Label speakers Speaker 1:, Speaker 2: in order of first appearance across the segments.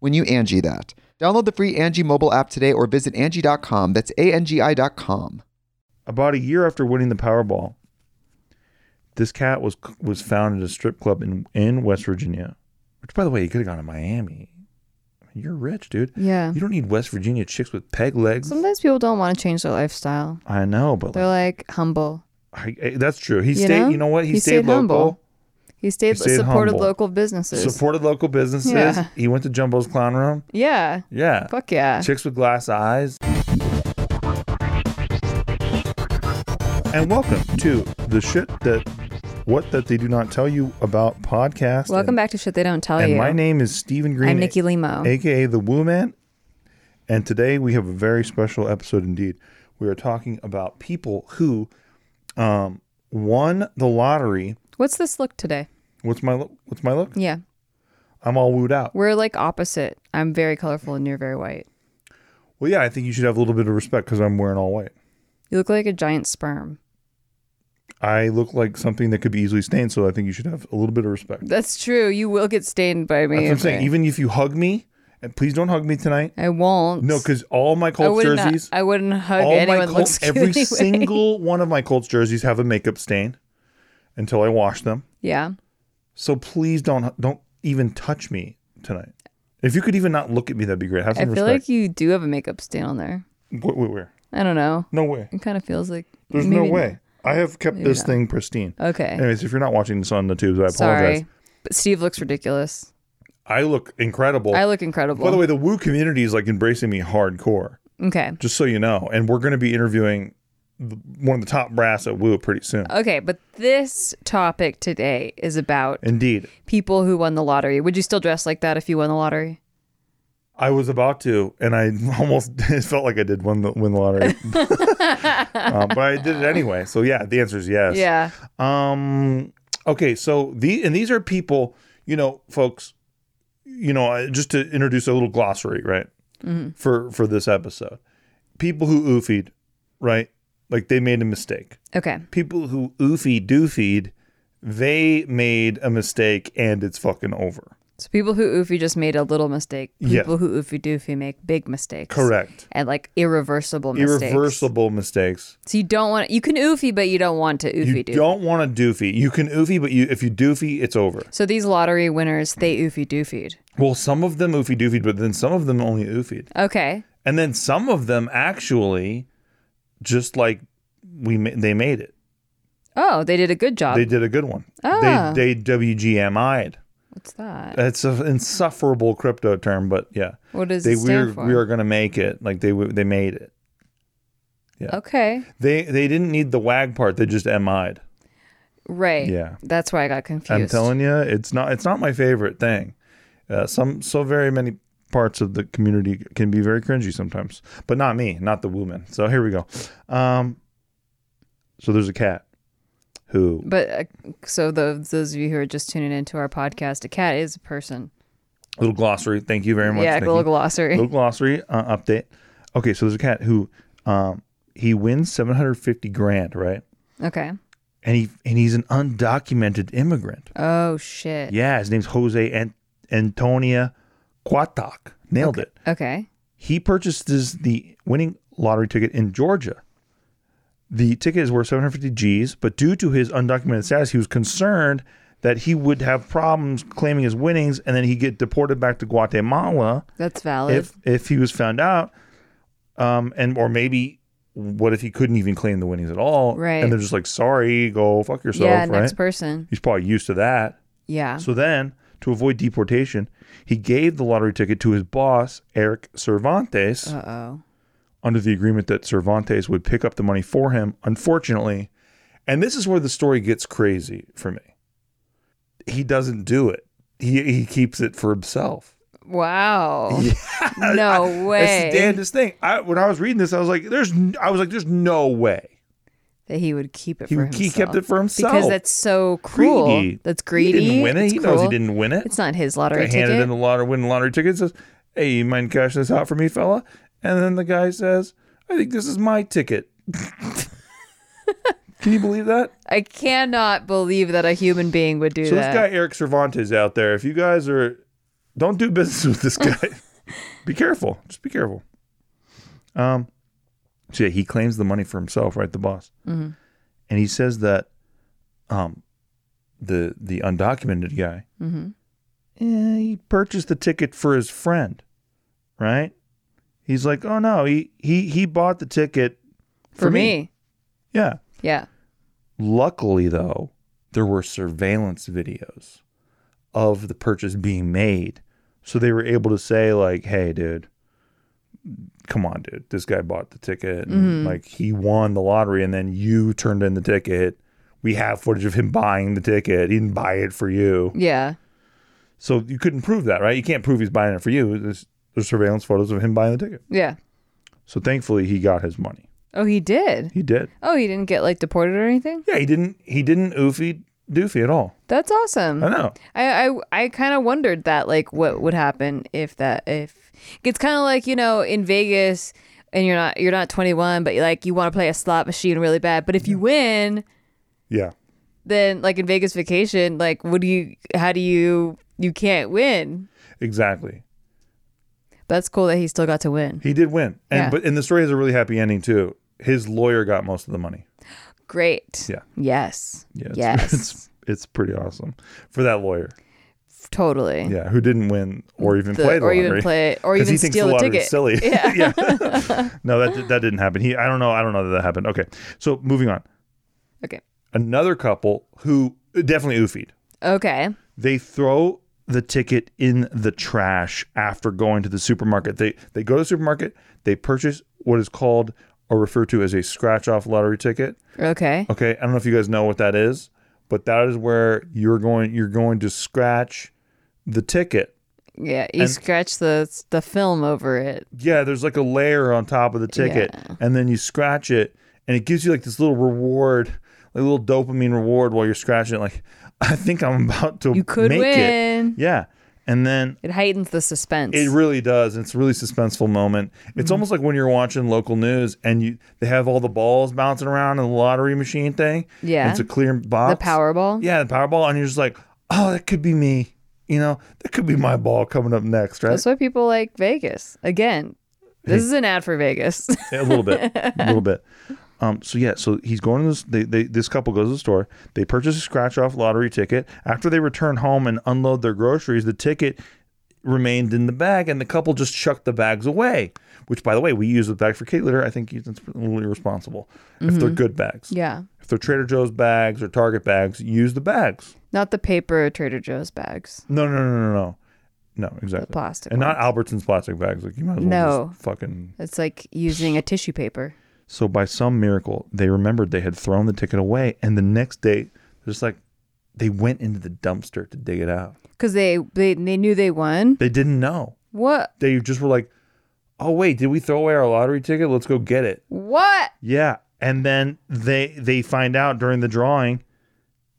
Speaker 1: when you Angie that. Download the free Angie mobile app today or visit Angie.com. That's A-N-G-I dot com.
Speaker 2: About a year after winning the Powerball, this cat was was found at a strip club in in West Virginia. Which, by the way, you could have gone to Miami. You're rich, dude.
Speaker 3: Yeah.
Speaker 2: You don't need West Virginia chicks with peg legs.
Speaker 3: Sometimes people don't want to change their lifestyle.
Speaker 2: I know, but
Speaker 3: They're
Speaker 2: like,
Speaker 3: like humble.
Speaker 2: I, I- that's true. He
Speaker 3: You
Speaker 2: stayed.
Speaker 3: know?
Speaker 2: You know what? He,
Speaker 3: He
Speaker 2: stayed,
Speaker 3: stayed
Speaker 2: local.
Speaker 3: humble. He stayed,
Speaker 2: He stayed
Speaker 3: supported
Speaker 2: humble.
Speaker 3: local businesses.
Speaker 2: Supported local businesses.
Speaker 3: Yeah.
Speaker 2: He went to Jumbo's Clown Room.
Speaker 3: yeah.
Speaker 2: Yeah.
Speaker 3: Fuck yeah.
Speaker 2: Chicks with glass eyes. And welcome to the shit that what that they do not tell you about podcast.
Speaker 3: Welcome
Speaker 2: and,
Speaker 3: back to shit they don't tell
Speaker 2: And
Speaker 3: you.
Speaker 2: my name is Stephen Green.
Speaker 3: I'm Nikki Limo.
Speaker 2: aka the Woo Man. And today we have a very special episode indeed. We are talking about people who um, won the lottery.
Speaker 3: What's this look today?
Speaker 2: What's my look? What's my look?
Speaker 3: Yeah.
Speaker 2: I'm all wooed out.
Speaker 3: We're like opposite. I'm very colorful and you're very white.
Speaker 2: Well, yeah, I think you should have a little bit of respect because I'm wearing all white.
Speaker 3: You look like a giant sperm.
Speaker 2: I look like something that could be easily stained, so I think you should have a little bit of respect.
Speaker 3: That's true. You will get stained by me.
Speaker 2: That's what I'm
Speaker 3: if
Speaker 2: saying.
Speaker 3: I-
Speaker 2: Even if you hug me, and please don't hug me tonight.
Speaker 3: I won't.
Speaker 2: No, because all my
Speaker 3: I
Speaker 2: Colts
Speaker 3: wouldn't.
Speaker 2: jerseys,
Speaker 3: I wouldn't hug
Speaker 2: all
Speaker 3: anyone.
Speaker 2: my
Speaker 3: that
Speaker 2: Colts,
Speaker 3: looks good
Speaker 2: every
Speaker 3: anyway.
Speaker 2: single one of my Colts jerseys have a makeup stain until I wash them.
Speaker 3: Yeah.
Speaker 2: So please don't don't even touch me tonight. If you could even not look at me, that'd be great. Have
Speaker 3: I
Speaker 2: some
Speaker 3: feel like
Speaker 2: respect.
Speaker 3: you do have a makeup stain on there.
Speaker 2: Wait, wait, where?
Speaker 3: I don't know.
Speaker 2: No way.
Speaker 3: It kind of feels like
Speaker 2: There's
Speaker 3: maybe
Speaker 2: no way. I have kept
Speaker 3: Maybe
Speaker 2: this
Speaker 3: not.
Speaker 2: thing pristine.
Speaker 3: not. Okay.
Speaker 2: Anyways, if you're not watching this on the tubes, I apologize.
Speaker 3: Sorry. But Steve looks ridiculous.
Speaker 2: I look incredible.
Speaker 3: I look incredible.
Speaker 2: By the way, the Woo community is like embracing me hardcore,
Speaker 3: Okay.
Speaker 2: just so you know. And we're going to be interviewing the, one of the top brass at Woo pretty soon.
Speaker 3: Okay, but this topic today is about
Speaker 2: Indeed.
Speaker 3: people who won the lottery. Would you still dress like that if you won the lottery?
Speaker 2: I was about to, and I almost it felt like I did win the, win the lottery. Uh, but I did it anyway. So, yeah, the answer is yes.
Speaker 3: Yeah.
Speaker 2: Um. Okay. So the and these are people. You know, folks. You know, I- just to introduce a little glossary, right? For for this episode, people who oofied, right? Like they made a mistake.
Speaker 3: Okay.
Speaker 2: People who oofy doofied, they made a mistake and it's fucking over.
Speaker 3: So people who oofy just made a little mistake.
Speaker 2: Yeah.
Speaker 3: People who oofy doofy make big mistakes.
Speaker 2: Correct.
Speaker 3: And like irreversible mistakes.
Speaker 2: Irreversible mistakes.
Speaker 3: So you don't want you can oofy, but you don't want to
Speaker 2: You
Speaker 3: oofy doof.
Speaker 2: don't want to doofy. You can oofy, but you if you doofy, it's over.
Speaker 3: So these lottery winners, they oofy doofied.
Speaker 2: Well, some of them oofy doofied, but then some of them only oofied.
Speaker 3: Okay.
Speaker 2: And then some of them actually, just like we, ma- they made it.
Speaker 3: Oh, they did a good job.
Speaker 2: They did a good one.
Speaker 3: Ah.
Speaker 2: They they WGMI'd.
Speaker 3: What's that?
Speaker 2: That's an insufferable crypto term, but yeah,
Speaker 3: What does
Speaker 2: they
Speaker 3: it stand
Speaker 2: we
Speaker 3: for?
Speaker 2: are we are gonna make it. Like they w- they made it.
Speaker 3: okay.
Speaker 2: They they didn't need the wag part. They just mi'd.
Speaker 3: Right.
Speaker 2: Yeah.
Speaker 3: That's why I got confused.
Speaker 2: I'm telling you, it's not it's not my favorite thing. Uh, some so very many parts of the community can be very cringy sometimes, but not me, not the woman. So here we go. Um, so there's a cat who
Speaker 3: But uh, so the, those of you who are just tuning into our podcast, a cat is a person.
Speaker 2: little glossary. Thank you very much.
Speaker 3: yeah,
Speaker 2: Nikki.
Speaker 3: little glossary.
Speaker 2: Little glossary uh, update. Okay, so there's a cat who um, he wins 750 grand, right?
Speaker 3: Okay.
Speaker 2: And he and he's an undocumented immigrant.
Speaker 3: Oh shit.
Speaker 2: Yeah, his name's Jose An- Antonia Quatac. Nailed it.
Speaker 3: Okay.
Speaker 2: He purchases the winning lottery ticket in Georgia. The ticket is worth 750 G's, but due to his undocumented status, he was concerned that he would have problems claiming his winnings and then he'd get deported back to Guatemala
Speaker 3: That's valid.
Speaker 2: if if he was found out. Um, and or maybe what if he couldn't even claim the winnings at all?
Speaker 3: Right.
Speaker 2: And they're just like, sorry, go fuck yourself,
Speaker 3: yeah,
Speaker 2: right?
Speaker 3: next person.
Speaker 2: He's probably used to that.
Speaker 3: Yeah.
Speaker 2: So then, to avoid deportation, he gave the lottery ticket to his boss, Eric Cervantes,
Speaker 3: Uh oh.
Speaker 2: under the agreement that Cervantes would pick up the money for him. Unfortunately, and this is where the story gets crazy for me. He doesn't do it. He he keeps it for himself.
Speaker 3: Wow. No way.
Speaker 2: It's the damnedest thing. I, when I was reading this, I was like, "There's," n- I was like, "There's no way."
Speaker 3: that he would keep it
Speaker 2: He-
Speaker 3: for himself.
Speaker 2: he kept it for himself.
Speaker 3: Because that's so cruel.
Speaker 2: Greedy.
Speaker 3: That's greedy.
Speaker 2: He didn't win it.
Speaker 3: It's
Speaker 2: He knows he
Speaker 3: cruel.
Speaker 2: didn't win it.
Speaker 3: It's not his lottery
Speaker 2: I handed
Speaker 3: ticket.
Speaker 2: him the lottery, winning lottery ticket. and Says, "Hey, you mind cashing this out for me, fella?" And then the guy says, "I think this is my ticket." Can you believe that?
Speaker 3: I cannot believe that a human being would do
Speaker 2: So
Speaker 3: that.
Speaker 2: this guy Eric Cervantes out there, if you guys are, don't do business with this guy. be careful. Just be careful. Um, so yeah, he claims the money for himself, right? The boss,
Speaker 3: Mm-hmm.
Speaker 2: and he says that, um, the the undocumented guy,
Speaker 3: Mm-hmm.
Speaker 2: eh, he purchased the ticket for his friend, right? He's like, oh no, he he he bought the ticket
Speaker 3: for me.
Speaker 2: Yeah.
Speaker 3: Yeah.
Speaker 2: Luckily, though, there were surveillance videos of the purchase being made. So they were able to say, like, hey, dude, come on, dude, this guy bought the ticket. And, Like, he won the lottery, and then you turned in the ticket. We have footage of him buying the ticket. He didn't buy it for you.
Speaker 3: Yeah.
Speaker 2: So you couldn't prove that, right? You can't prove he's buying it for you. There's, there's surveillance photos of him buying the ticket.
Speaker 3: Yeah.
Speaker 2: So thankfully, he got his money.
Speaker 3: Oh, he did.
Speaker 2: He did.
Speaker 3: Oh, he didn't get like deported or anything.
Speaker 2: Yeah, he didn't. He didn't oofy doofy at all.
Speaker 3: That's awesome.
Speaker 2: I know.
Speaker 3: I I, I kind of wondered that like what would happen if that if it's kind of like you know in Vegas and you're not you're not 21 but like you want to play a slot machine really bad but if you win
Speaker 2: Yeah.
Speaker 3: then like in Vegas vacation like what do you how do you you can't win
Speaker 2: Exactly.
Speaker 3: that's cool that he still got to win
Speaker 2: He did win. And
Speaker 3: Yeah.
Speaker 2: but and the story has a really happy ending too. His lawyer got most of the money.
Speaker 3: great
Speaker 2: Yeah.
Speaker 3: yes
Speaker 2: Yeah. It's,
Speaker 3: yes
Speaker 2: It's it's pretty awesome for that lawyer.
Speaker 3: totally
Speaker 2: Yeah, who didn't win or even
Speaker 3: The-
Speaker 2: play the
Speaker 3: or
Speaker 2: lottery.
Speaker 3: even play it or
Speaker 2: 'Cause
Speaker 3: even
Speaker 2: he thinks
Speaker 3: steal
Speaker 2: the
Speaker 3: a
Speaker 2: lottery
Speaker 3: ticket
Speaker 2: is silly. Yeah. no, that did- that didn't happen. He I don't know. I don't know that that happened. Okay. So moving on.
Speaker 3: okay
Speaker 2: Another couple who uh, definitely oofied.
Speaker 3: okay
Speaker 2: They throw the ticket in the trash after going to the supermarket. They they go to the supermarket, they purchase what is called or referred to as a scratch off lottery ticket.
Speaker 3: okay
Speaker 2: Okay, I don't know if you guys know what that is, but that is where you're going. You're going to scratch the ticket.
Speaker 3: yeah you
Speaker 2: And-
Speaker 3: scratch the the film over it
Speaker 2: Yeah, there's like a layer on top of the ticket, and then you scratch it, and it gives you like this little reward, like a little dopamine reward while you're scratching it. Like, I think I'm about to
Speaker 3: you could
Speaker 2: make it.
Speaker 3: win
Speaker 2: Yeah, and then
Speaker 3: It heightens the suspense.
Speaker 2: It really does. It's a really suspenseful moment.
Speaker 3: Mm-hmm.
Speaker 2: It's almost like when you're watching local news and you they have all the balls bouncing around in the lottery machine thing.
Speaker 3: Yeah.
Speaker 2: And it's a clear
Speaker 3: the
Speaker 2: box.
Speaker 3: Powerball.
Speaker 2: Yeah, the Powerball, and you're just like, oh, that could be me. You know, that could be my ball coming up next, right?
Speaker 3: That's why people like Vegas. Again, this is an ad for Vegas.
Speaker 2: a little bit, a little bit. Um, so yeah, so he's going to this. They, they, this couple goes to the store. They purchase a scratch-off lottery ticket. After they return home and unload their groceries, the ticket remained in the bag, and the couple just chucked the bags away. Which, by the way, we use the bag for cake litter. I think it's a little irresponsible if they're good bags.
Speaker 3: yeah.
Speaker 2: If they're Trader Joe's bags or Target bags, use the bags.
Speaker 3: Not the paper Trader Joe's bags.
Speaker 2: No, no, no, no, no, no, exactly.
Speaker 3: plastic
Speaker 2: and not Albertson's plastic bags. Like you might as well
Speaker 3: No.
Speaker 2: just fucking.
Speaker 3: It's like using a tissue paper.
Speaker 2: So by some miracle, they remembered they had thrown the ticket away, and the next day, they're just like they went into the dumpster to dig it out.
Speaker 3: Because they, they they knew they won.
Speaker 2: They didn't know.
Speaker 3: What?
Speaker 2: They just were like, "Oh wait, did we throw away our lottery ticket? Let's go get it."
Speaker 3: What?
Speaker 2: Yeah, and then they they find out during the drawing,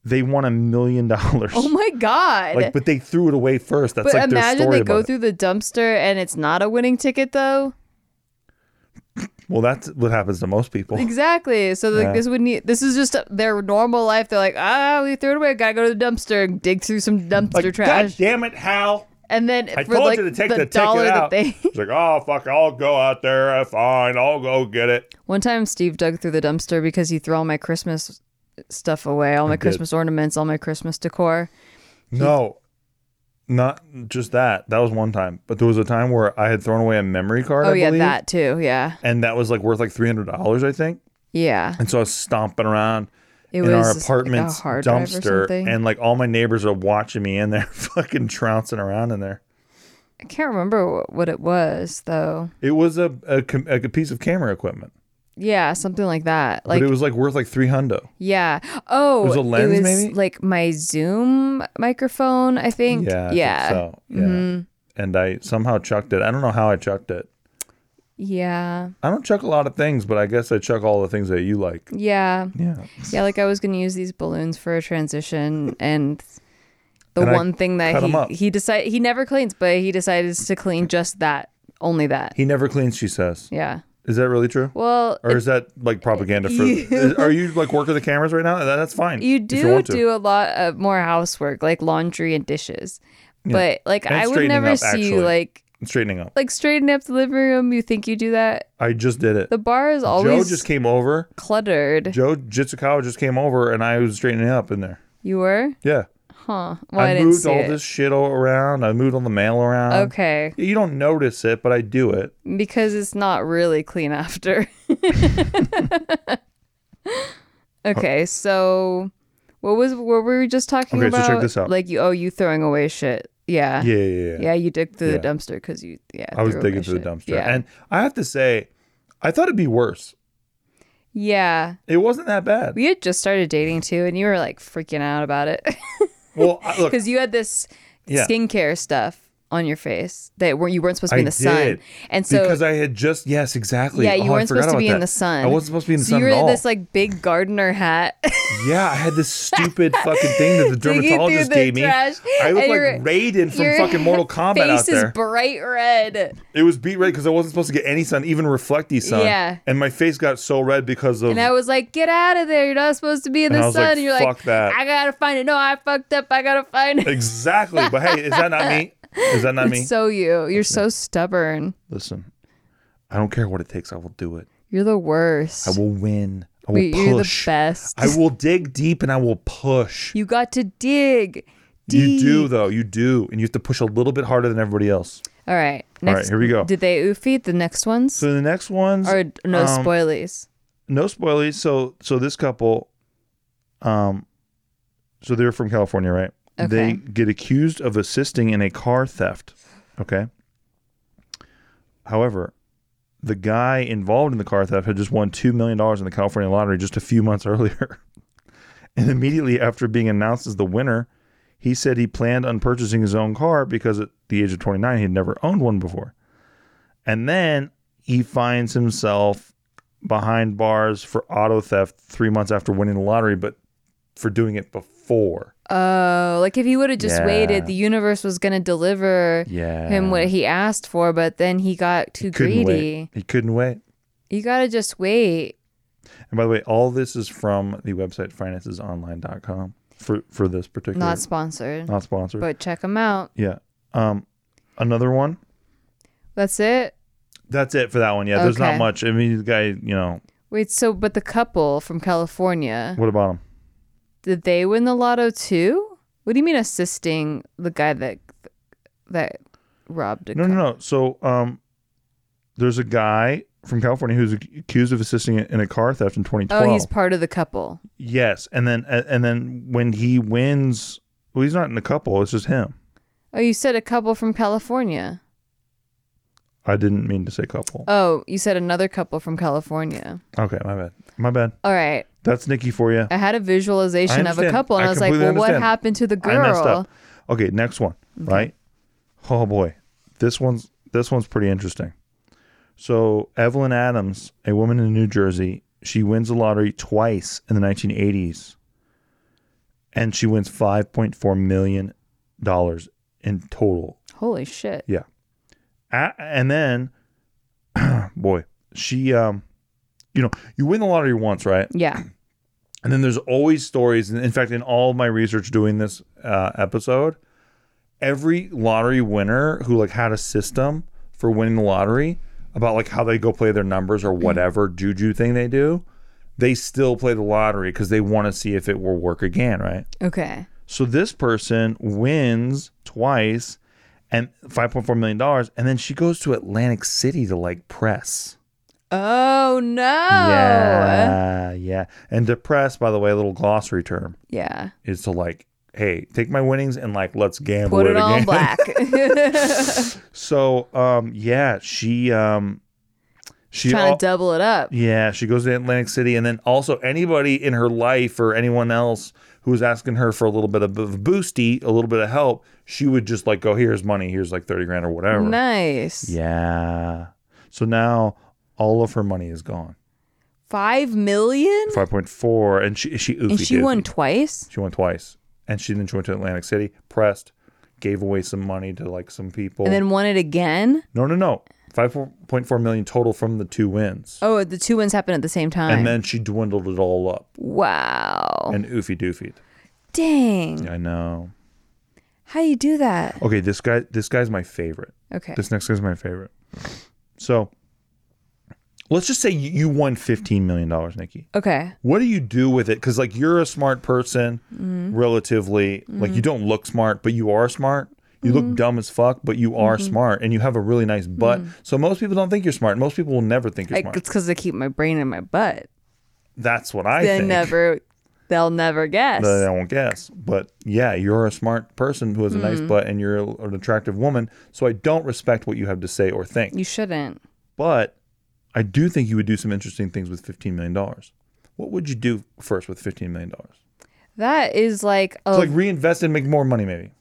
Speaker 2: they won a million dollars.
Speaker 3: Oh my God.
Speaker 2: Like, but they threw it away first. That's
Speaker 3: but
Speaker 2: like their
Speaker 3: imagine
Speaker 2: story
Speaker 3: they go
Speaker 2: about it.
Speaker 3: through the dumpster and it's not a winning ticket though.
Speaker 2: Well, that's what happens to most people.
Speaker 3: Exactly. So like
Speaker 2: Yeah.
Speaker 3: this would need. This is just their normal life. They're like, ah, we threw it away. Gotta go to the dumpster and dig through some dumpster
Speaker 2: Like, God
Speaker 3: trash.
Speaker 2: damn it, Hal.
Speaker 3: And then
Speaker 2: I
Speaker 3: for
Speaker 2: told
Speaker 3: like
Speaker 2: you to take
Speaker 3: the,
Speaker 2: the,
Speaker 3: dollar
Speaker 2: ticket
Speaker 3: that
Speaker 2: out.
Speaker 3: they.
Speaker 2: He's like, oh fuck, I'll go out there. Uh, Fine, I'll go get it.
Speaker 3: One time, Steve dug through the dumpster because he threw all my Christmas stuff away, all my Christmas ornaments, all my Christmas decor.
Speaker 2: No, not just that. That was one time, but there was a time where I had thrown away a memory card.
Speaker 3: oh
Speaker 2: I
Speaker 3: yeah,
Speaker 2: believe,
Speaker 3: that too. Yeah,
Speaker 2: and that was like worth like three hundred dollars, I think.
Speaker 3: yeah.
Speaker 2: And so I was stomping around
Speaker 3: It
Speaker 2: in our
Speaker 3: was just, like, a
Speaker 2: apartment's
Speaker 3: hard drive or
Speaker 2: dumpster,
Speaker 3: something.
Speaker 2: and like all my neighbors are watching me in there, fucking trouncing around in there.
Speaker 3: I can't remember wh- what it was though.
Speaker 2: It was a a, com- a piece of camera equipment,
Speaker 3: Yeah, something like that. Like
Speaker 2: but it was like worth like three hundo.
Speaker 3: yeah. Oh,
Speaker 2: It was a lens,
Speaker 3: was
Speaker 2: maybe?
Speaker 3: like my Zoom microphone. I think.
Speaker 2: Yeah, I think
Speaker 3: yeah, Mm-hmm.
Speaker 2: so yeah. And I somehow chucked it. I don't know how I chucked it.
Speaker 3: yeah,
Speaker 2: I don't chuck a lot of things, but I guess I chuck all the things that you like.
Speaker 3: yeah,
Speaker 2: Yeah.
Speaker 3: yeah. Like I was gonna use these balloons for a transition, and the
Speaker 2: And I
Speaker 3: one thing that
Speaker 2: cut 'em up.
Speaker 3: he he decide he never cleans, but he decides to clean just that, only that.
Speaker 2: He never cleans. She says,
Speaker 3: Yeah.
Speaker 2: "Is that really true?"
Speaker 3: Well,
Speaker 2: or is that like propaganda for?
Speaker 3: You-
Speaker 2: are you like working the cameras right now? That- That's fine.
Speaker 3: you
Speaker 2: if
Speaker 3: do
Speaker 2: want to.
Speaker 3: do a lot of more housework, like laundry and dishes. But like,
Speaker 2: And
Speaker 3: I would
Speaker 2: straightening
Speaker 3: never
Speaker 2: up,
Speaker 3: see you
Speaker 2: actually.
Speaker 3: like
Speaker 2: straightening up.
Speaker 3: like straightening up the living room. You think you do that?
Speaker 2: I just did it.
Speaker 3: The bar is
Speaker 2: Joe
Speaker 3: always
Speaker 2: just came over.
Speaker 3: cluttered.
Speaker 2: Joe Jitsukawa just came over, and I was straightening up in there.
Speaker 3: you were,
Speaker 2: Yeah,
Speaker 3: huh? Well, I,
Speaker 2: I
Speaker 3: didn't
Speaker 2: moved
Speaker 3: see
Speaker 2: all
Speaker 3: it.
Speaker 2: this shit all around. I moved all the mail around.
Speaker 3: Okay,
Speaker 2: You don't notice it, but I do it.
Speaker 3: because it's not really clean after. okay, so what was what were we just talking
Speaker 2: Okay, so
Speaker 3: about?
Speaker 2: check this out.
Speaker 3: Like you, oh, you throwing away shit. Yeah.
Speaker 2: Yeah, yeah, yeah.
Speaker 3: Yeah, you dig through
Speaker 2: Yeah.
Speaker 3: the dumpster because you. Yeah,
Speaker 2: I was
Speaker 3: threw away
Speaker 2: digging through the
Speaker 3: shit.
Speaker 2: dumpster,
Speaker 3: Yeah.
Speaker 2: and I have to say, I thought it'd be worse.
Speaker 3: yeah,
Speaker 2: It wasn't that bad.
Speaker 3: we had just started dating too, and you were like freaking out about it
Speaker 2: Well, I, look,
Speaker 3: because you had this
Speaker 2: Yeah.
Speaker 3: skincare stuff on your face that were you weren't supposed to be
Speaker 2: I
Speaker 3: in the sun,
Speaker 2: did,
Speaker 3: and so
Speaker 2: because I had just yes, exactly.
Speaker 3: yeah, you
Speaker 2: Oh, I
Speaker 3: weren't
Speaker 2: forgot
Speaker 3: supposed to
Speaker 2: about
Speaker 3: be in
Speaker 2: that.
Speaker 3: the sun.
Speaker 2: I wasn't supposed to be in the
Speaker 3: so
Speaker 2: sun
Speaker 3: you were
Speaker 2: at all.
Speaker 3: in this like big gardener hat.
Speaker 2: yeah, I had this stupid fucking thing that the
Speaker 3: Digging through
Speaker 2: dermatologist
Speaker 3: the
Speaker 2: gave me.
Speaker 3: trash,
Speaker 2: I
Speaker 3: and
Speaker 2: looked like
Speaker 3: your-
Speaker 2: Raiden from
Speaker 3: your
Speaker 2: fucking Mortal Kombat out
Speaker 3: face is
Speaker 2: there.
Speaker 3: bright red,
Speaker 2: It was beat red because I wasn't supposed to get any sun, even reflecty sun.
Speaker 3: Yeah.
Speaker 2: And my face got so red because of.
Speaker 3: and I was like, "Get out of there! You're not supposed to be in
Speaker 2: And I
Speaker 3: the
Speaker 2: was
Speaker 3: sun."
Speaker 2: like,
Speaker 3: and you're
Speaker 2: "Fuck
Speaker 3: like,
Speaker 2: that."
Speaker 3: "I gotta find it. No, I fucked up. I gotta find it."
Speaker 2: exactly. But hey, is that not me? Is that not me?
Speaker 3: So you, you're so stubborn.
Speaker 2: Listen, I don't care what it takes. I will do it.
Speaker 3: You're the worst.
Speaker 2: I will win. I will
Speaker 3: Wait, you're the
Speaker 2: push.
Speaker 3: best.
Speaker 2: I will dig deep and I will push.
Speaker 3: you got to dig.
Speaker 2: You do
Speaker 3: deep.
Speaker 2: though. You do, and you have to push a little bit harder than everybody else.
Speaker 3: All right.
Speaker 2: All right,
Speaker 3: Next,
Speaker 2: here we go.
Speaker 3: Did they oofie the next ones?
Speaker 2: So the next ones
Speaker 3: or no
Speaker 2: um,
Speaker 3: spoilies?
Speaker 2: no spoilies. So so this couple, um, so they're from California, right? They
Speaker 3: Okay.
Speaker 2: get accused of assisting in a car theft. Okay. However, the guy involved in the car theft had just won two million dollars in the California lottery just a few months earlier, and immediately after being announced as the winner, he said he planned on purchasing his own car because at the age of twenty nine he had never owned one before, and then he finds himself behind bars for auto theft three months after winning the lottery, but for doing it before.
Speaker 3: Oh, like if he would have just
Speaker 2: Yeah.
Speaker 3: waited, the universe was gonna deliver
Speaker 2: Yeah.
Speaker 3: him what he asked for, but then he got too
Speaker 2: couldn't
Speaker 3: greedy.
Speaker 2: wait. He couldn't wait.
Speaker 3: You gotta just wait.
Speaker 2: And by the way, all this is from the website financesonline.com for for this particular
Speaker 3: Not sponsored,
Speaker 2: not sponsored.
Speaker 3: but check him out.
Speaker 2: yeah. Um another one.
Speaker 3: That's it.
Speaker 2: That's it for that one. Yeah, there's not
Speaker 3: Okay.
Speaker 2: much. I mean, the guy, you know,
Speaker 3: Wait, so but the couple from California
Speaker 2: what about him?
Speaker 3: did they win the lotto too? What do you mean assisting the guy that that robbed? A
Speaker 2: No,
Speaker 3: cou-
Speaker 2: no, no. So, um, there's a guy from California who's accused of assisting in a car theft in 2012.
Speaker 3: Oh, he's part of the couple.
Speaker 2: Yes, and then a- and then when he wins, well, he's not in the couple. It's just him.
Speaker 3: Oh, you said a couple from California.
Speaker 2: I didn't mean to say couple.
Speaker 3: Oh, you said another couple from California.
Speaker 2: Okay, my bad. My bad.
Speaker 3: All right.
Speaker 2: That's Nikki for you.
Speaker 3: I had a visualization
Speaker 2: I
Speaker 3: of a
Speaker 2: understand.
Speaker 3: couple, and
Speaker 2: I
Speaker 3: I, was like, well,
Speaker 2: completely
Speaker 3: what
Speaker 2: understand.
Speaker 3: happened to the
Speaker 2: I messed
Speaker 3: girl?
Speaker 2: up. Okay, next one. Right. Oh boy, this one's this one's pretty interesting. So Evelyn Adams, a woman in New Jersey, she wins the lottery twice in the 1980s, and she wins 5.4 million dollars in total
Speaker 3: Holy shit.
Speaker 2: Yeah. A- and then, boy, she um you know, you win the lottery once, right?
Speaker 3: Yeah.
Speaker 2: And then there's always stories. And in fact, in all of my research doing this uh, episode, every lottery winner who like had a system for winning the lottery about like how they go play their numbers or whatever juju thing they do, they still play the lottery because they want to see if it will work again, right?
Speaker 3: Okay.
Speaker 2: So this person wins twice and five point four million dollars, and then she goes to Atlantic City to like press.
Speaker 3: Oh no.
Speaker 2: Yeah, yeah. And depressed, by the way, a little glossary term
Speaker 3: Yeah.
Speaker 2: is to like, hey, take my winnings and like let's gamble
Speaker 3: Put it
Speaker 2: again.
Speaker 3: on black.
Speaker 2: So, um, yeah, she, um, she,
Speaker 3: Trying
Speaker 2: al-
Speaker 3: to double it up.
Speaker 2: yeah, she goes to Atlantic City, and then also anybody in her life or anyone else who was asking her for a little bit of of boosty, a little bit of help, she would just like go, here's money, here's like thirty grand or whatever.
Speaker 3: Nice.
Speaker 2: Yeah. So now all of her money is gone.
Speaker 3: Five million?
Speaker 2: Five point four, and she she
Speaker 3: And
Speaker 2: oofy
Speaker 3: she won
Speaker 2: doofy.
Speaker 3: twice?
Speaker 2: She won twice, and she then she went to Atlantic City, pressed, gave away some money to like some people,
Speaker 3: And then won it again?
Speaker 2: no, no, no, five point four million total from the two wins,
Speaker 3: Oh, the two wins happened at the same time.
Speaker 2: and then she dwindled it all up
Speaker 3: wow.
Speaker 2: and oofy doofied.
Speaker 3: Dang.
Speaker 2: I know.
Speaker 3: How do you do that?
Speaker 2: Okay, this guy, this guy's my favorite.
Speaker 3: Okay.
Speaker 2: This next guy's my favorite. So, let's just say you you won fifteen million dollars, Nikki.
Speaker 3: Okay.
Speaker 2: What do you do with it? Because like you're a smart person,
Speaker 3: Mm-hmm.
Speaker 2: relatively. Like you don't look smart, but you are smart. You
Speaker 3: Mm-hmm.
Speaker 2: look dumb as fuck, but you are smart, and you have a really nice butt. So most people don't think you're smart. Most people will never think you're
Speaker 3: I,
Speaker 2: smart.
Speaker 3: Mm-hmm. it's because I keep my brain in my butt.
Speaker 2: That's what I
Speaker 3: They
Speaker 2: think. uh,
Speaker 3: never, they'll never guess.
Speaker 2: that I won't guess. But yeah, you're a smart person who has a nice
Speaker 3: Mm-hmm.
Speaker 2: butt and you're an attractive woman. So I don't respect what you have to say or think.
Speaker 3: you shouldn't.
Speaker 2: But I do think you would do some interesting things with $15 million. What would you do first with $15 million?
Speaker 3: That is like, oh,
Speaker 2: So like reinvest and make more money, maybe.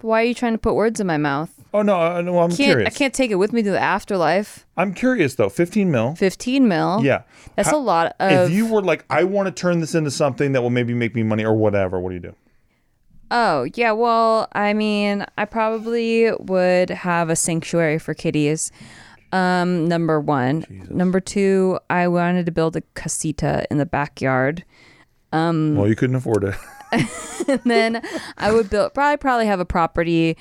Speaker 3: why are you trying to put words in my mouth?
Speaker 2: Oh, no, I- no I'm
Speaker 3: Can't
Speaker 2: curious.
Speaker 3: I can't take it with me to the afterlife.
Speaker 2: I'm curious though. 15 mil.
Speaker 3: Fifteen mil.
Speaker 2: Yeah.
Speaker 3: that's a lot of.
Speaker 2: If you were like, I want to turn this into something that will maybe make me money or whatever, what do you do?
Speaker 3: oh yeah, well, I mean, I probably would have a sanctuary for kitties. Um, number one. Number two, I wanted to build a casita in the backyard. Mm.
Speaker 2: Well, you couldn't afford it.
Speaker 3: then I would build probably probably have a property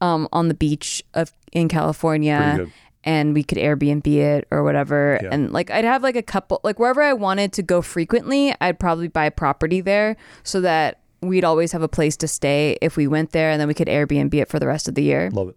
Speaker 3: um on the beach of in
Speaker 2: Pretty
Speaker 3: California
Speaker 2: good.
Speaker 3: and we could Airbnb it or whatever
Speaker 2: Yeah.
Speaker 3: and like I'd have like a couple like wherever I wanted to go frequently I'd probably buy property there so that we'd always have a place to stay if we went there and then we could Airbnb it for the rest of the year.
Speaker 2: Love it.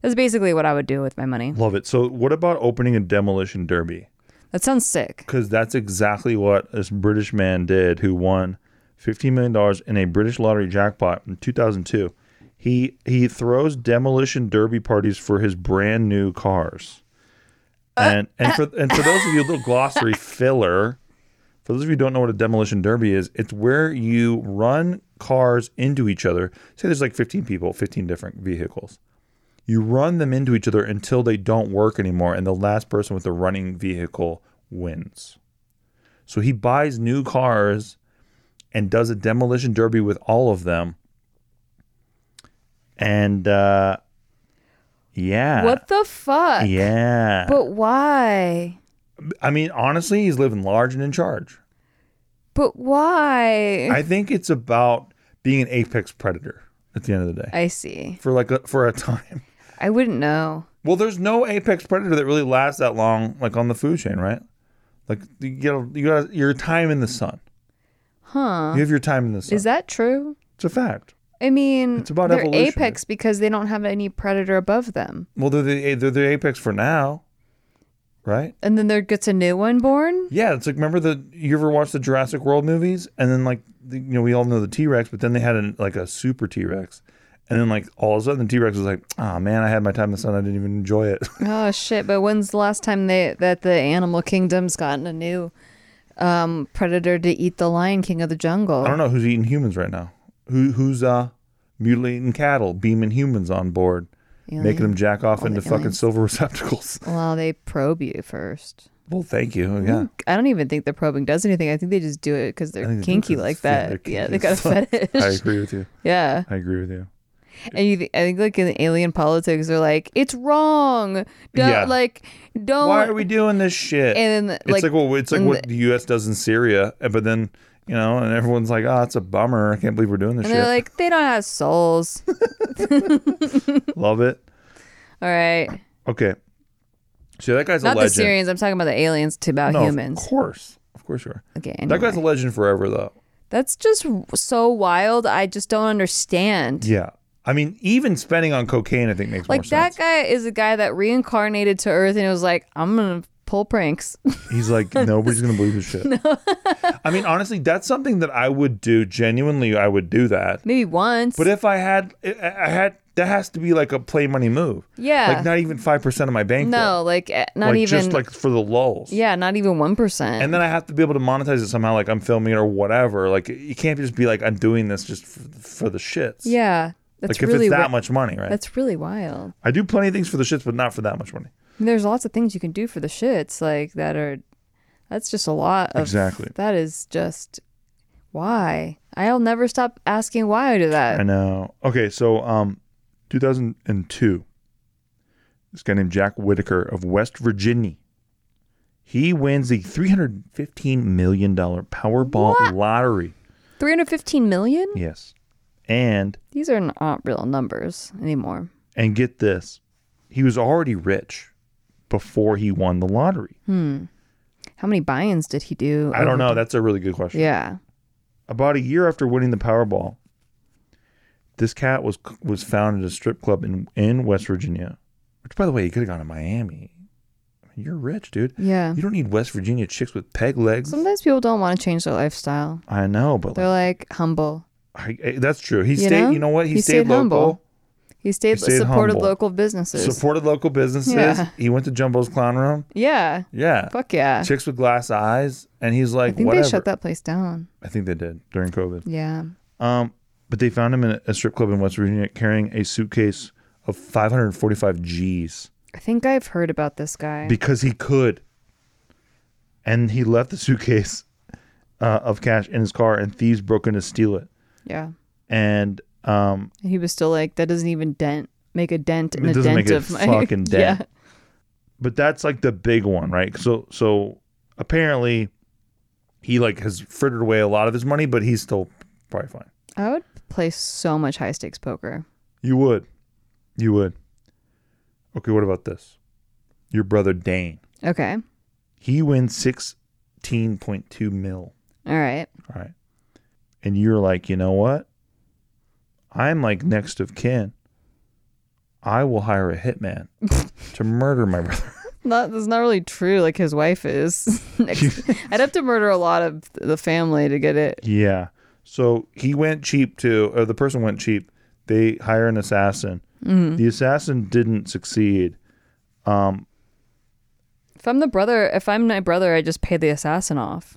Speaker 3: That's basically what I would do with my money.
Speaker 2: Love it. So, what about opening a demolition derby?
Speaker 3: That sounds sick.
Speaker 2: because that's exactly what this British man did who won $15 million in a British lottery jackpot in 2002. He he throws demolition derby parties for his brand new cars.
Speaker 3: Uh,
Speaker 2: And and for and for those of you a little glossary filler, for those of you who don't know what a demolition derby is, it's where you run cars into each other. Say there's like 15 people, 15 different vehicles. You run them into each other until they don't work anymore, and the last person with the running vehicle wins. So he buys new cars and does a demolition derby with all of them. And uh, yeah,
Speaker 3: what the fuck?
Speaker 2: yeah.
Speaker 3: But why?
Speaker 2: I mean, honestly, he's living large and in charge.
Speaker 3: But why?
Speaker 2: I think it's about being an apex predator at the end of the day
Speaker 3: I see.
Speaker 2: for like a, for a time.
Speaker 3: I wouldn't know.
Speaker 2: Well, there's no apex predator that really lasts that long, like on the food chain, right? Like you gotta, you got your time in the sun.
Speaker 3: Huh.
Speaker 2: You have your time in the sun.
Speaker 3: Is that true?
Speaker 2: it's a fact.
Speaker 3: I mean,
Speaker 2: It's about
Speaker 3: they're
Speaker 2: evolution.
Speaker 3: apex because they don't have any predator above them,
Speaker 2: Well, they're the they're the apex for now, right?
Speaker 3: and then there gets a new one born.
Speaker 2: Yeah, it's like remember the you ever watched the Jurassic World movies, and then like the, you know we all know the T Rex, but then they had an, like a super T Rex, and then like all of a sudden the T Rex was like, ah man, I had my time in the sun, I didn't even enjoy it.
Speaker 3: Oh shit! But when's the last time they that the animal kingdom's gotten a new um, predator to eat the Lion King of the
Speaker 2: I
Speaker 3: jungle?
Speaker 2: don't know who's eating humans right now. Who who's uh mutilating cattle, beaming humans on board, making them jack off into
Speaker 3: the
Speaker 2: fucking
Speaker 3: aliens.
Speaker 2: silver receptacles.
Speaker 3: Well, they probe you first.
Speaker 2: Well, thank you. Yeah.
Speaker 3: I don't even think the probing does anything. I think they just do it because
Speaker 2: I
Speaker 3: they're
Speaker 2: think they do
Speaker 3: kinky
Speaker 2: 'cause
Speaker 3: like
Speaker 2: they're-
Speaker 3: that.
Speaker 2: they're
Speaker 3: yeah,
Speaker 2: kinky
Speaker 3: they got a
Speaker 2: as fuck. I
Speaker 3: fetish.
Speaker 2: agree with you.
Speaker 3: yeah.
Speaker 2: I agree with you.
Speaker 3: and you, th- I think like in alien politics, they're like, it's wrong. Don't
Speaker 2: Yeah.
Speaker 3: like, don't.
Speaker 2: Why are we doing this shit?
Speaker 3: And then,
Speaker 2: it's
Speaker 3: like-
Speaker 2: like, well, it's like
Speaker 3: and
Speaker 2: what the U.S. does in Syria, and- but then you know, and everyone's like, oh, it's a bummer. I can't believe we're doing this
Speaker 3: And
Speaker 2: shit.
Speaker 3: they're like, they don't have souls.
Speaker 2: Love it.
Speaker 3: All right,
Speaker 2: Okay, so that guy's
Speaker 3: not
Speaker 2: a
Speaker 3: the
Speaker 2: legend.
Speaker 3: Syrians. I'm talking about the aliens. To about
Speaker 2: no,
Speaker 3: humans.
Speaker 2: Of course, of course you are.
Speaker 3: Okay,
Speaker 2: That
Speaker 3: anyway.
Speaker 2: guy's a legend forever, though.
Speaker 3: that's just so wild. I just don't understand.
Speaker 2: Yeah, I mean, even spending on cocaine, I think makes more
Speaker 3: Like that
Speaker 2: sense.
Speaker 3: guy is a guy that reincarnated to Earth and it was like, I'm gonna pull pranks.
Speaker 2: He's like, nobody's gonna believe this shit. I mean, honestly, that's something that I would do. Genuinely, I would do that.
Speaker 3: Maybe once.
Speaker 2: But if I had, I I had that has to be like a play money move.
Speaker 3: Yeah.
Speaker 2: like not even five percent of my bank.
Speaker 3: no, like eh, not
Speaker 2: like
Speaker 3: even
Speaker 2: just like for the lulls.
Speaker 3: Yeah, not even one percent.
Speaker 2: And then I have to be able to monetize it somehow, like I'm filming it or whatever. Like you can't just be like I'm doing this just for, for the shits.
Speaker 3: yeah. That's
Speaker 2: like if
Speaker 3: really
Speaker 2: it's that
Speaker 3: wi-
Speaker 2: much money, right?
Speaker 3: that's really wild.
Speaker 2: I do plenty of things for the shits, but not for that much money.
Speaker 3: I mean, there's lots of things you can do for the shits, like that are that's just a lot of
Speaker 2: Exactly.
Speaker 3: That is just why. I'll never stop asking why I do that.
Speaker 2: I know. Okay, so um, 2002, this guy named Jack Whitaker of West Virginia, he wins the 315 million dollar Powerball lottery.
Speaker 3: Three hundred fifteen million?
Speaker 2: Yes, and
Speaker 3: These are not real numbers anymore.
Speaker 2: And get this, he was already rich before he won the lottery.
Speaker 3: Hmm. How many buy ins did he do?
Speaker 2: I don't know. That's a really good question.
Speaker 3: Yeah.
Speaker 2: About a year after winning the Powerball, this cat was was found at a strip club in in West Virginia. Which, by the way, he could have gone to Miami. You're rich, dude.
Speaker 3: Yeah.
Speaker 2: You don't need West Virginia chicks with peg legs.
Speaker 3: Sometimes people don't want to change their lifestyle.
Speaker 2: I know, but
Speaker 3: They're
Speaker 2: like,
Speaker 3: like humble.
Speaker 2: I, I- that's true. He
Speaker 3: You
Speaker 2: stayed.
Speaker 3: know?
Speaker 2: You know what? He,
Speaker 3: He
Speaker 2: stayed,
Speaker 3: stayed
Speaker 2: local.
Speaker 3: humble. He stayed,
Speaker 2: He stayed
Speaker 3: supported
Speaker 2: humble.
Speaker 3: local businesses.
Speaker 2: Supported local businesses.
Speaker 3: Yeah.
Speaker 2: He went to Jumbo's Clown Room.
Speaker 3: yeah.
Speaker 2: Yeah.
Speaker 3: Fuck yeah.
Speaker 2: chicks with glass eyes, and he's
Speaker 3: I
Speaker 2: like,
Speaker 3: think
Speaker 2: whatever.
Speaker 3: they shut that place down.
Speaker 2: I think they did during COVID.
Speaker 3: Yeah.
Speaker 2: Um, but they found him in a strip club in West Virginia carrying a suitcase of 545 G's
Speaker 3: I think I've heard about this guy.
Speaker 2: because he could. And he left the suitcase uh, of cash in his car, and thieves broke in to steal it.
Speaker 3: yeah.
Speaker 2: And um,
Speaker 3: And he was still like, that doesn't even dent, make a dent in
Speaker 2: It
Speaker 3: a
Speaker 2: doesn't
Speaker 3: dent
Speaker 2: make a
Speaker 3: of my
Speaker 2: fucking dent.
Speaker 3: yeah.
Speaker 2: but that's like the big one, right? So so apparently, he like has frittered away a lot of his money, but he's still probably fine.
Speaker 3: I would play so much high stakes poker.
Speaker 2: You would. You would. Okay, what about this? Your brother Dane.
Speaker 3: Okay.
Speaker 2: He wins 16.2 mil.
Speaker 3: All right.
Speaker 2: All right. And you're like, you know what? I'm like next of kin. I will hire a hitman to murder my brother.
Speaker 3: Not, that's not really true. Like his wife is. Next- I'd have to murder a lot of the family to get it.
Speaker 2: Yeah. So he went cheap too, or the person went cheap. They hire an assassin. The assassin didn't succeed.
Speaker 3: If I'm the brother, if I'm my brother, I just pay the assassin off.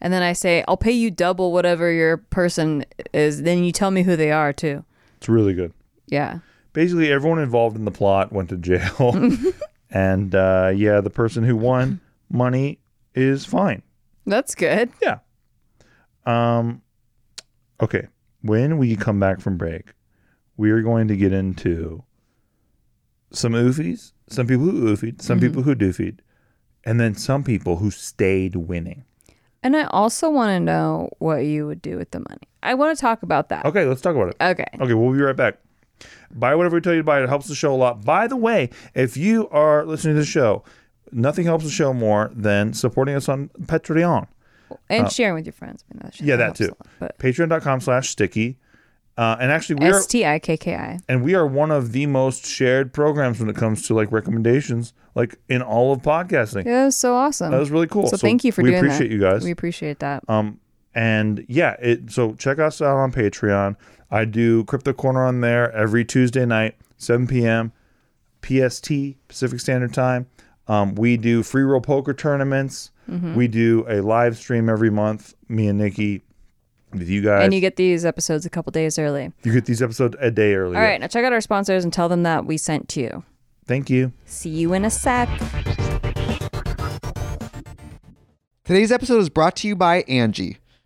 Speaker 3: And then I say, I'll pay you double whatever your person is. Then you tell me who they are, too.
Speaker 2: It's really good.
Speaker 3: Yeah.
Speaker 2: basically everyone involved in the plot went to jail and uh, yeah the person who won money is fine
Speaker 3: That's good.
Speaker 2: yeah um okay when we come back from break we are going to get into some oofies some people who oofied some
Speaker 3: Mm-hmm.
Speaker 2: people who doofied and then some people who stayed winning
Speaker 3: And I also want to know what you would do with the money. I want to talk about that.
Speaker 2: okay let's talk about it
Speaker 3: Okay.
Speaker 2: Okay, Oh, we'll be right back. Buy whatever we tell you to buy. It helps the show a lot. By the way, if you are listening to the show, nothing helps the show more than supporting us on Patreon.
Speaker 3: And sharing with your friends. I mean, that
Speaker 2: oh. Yeah, that
Speaker 3: helps
Speaker 2: too.
Speaker 3: a lot, But
Speaker 2: Patreon.com slash sticky. Uh, and actually, we are,
Speaker 3: S T I K K I.
Speaker 2: and we are one of the most shared programs when it comes to like recommendations, like in all of podcasting.
Speaker 3: Yeah, that was so awesome.
Speaker 2: That was really cool.
Speaker 3: So, thank you for
Speaker 2: we
Speaker 3: doing that.
Speaker 2: appreciate you guys.
Speaker 3: We appreciate that.
Speaker 2: Um, and yeah, it so check us out on Patreon. I do Crypto Corner on there every Tuesday night, 7 p.m. PST Pacific Standard Time. Um, we do free roll poker tournaments.
Speaker 3: Mm-hmm.
Speaker 2: We do a live stream every month. Me and Nikki with you guys.
Speaker 3: and you get these episodes a couple days early.
Speaker 2: you get these episodes a day early.
Speaker 3: All right. Now check out our sponsors and tell them that we sent to you.
Speaker 2: Thank you.
Speaker 3: See you in a sec.
Speaker 1: Today's episode is brought to you by Angie.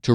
Speaker 1: to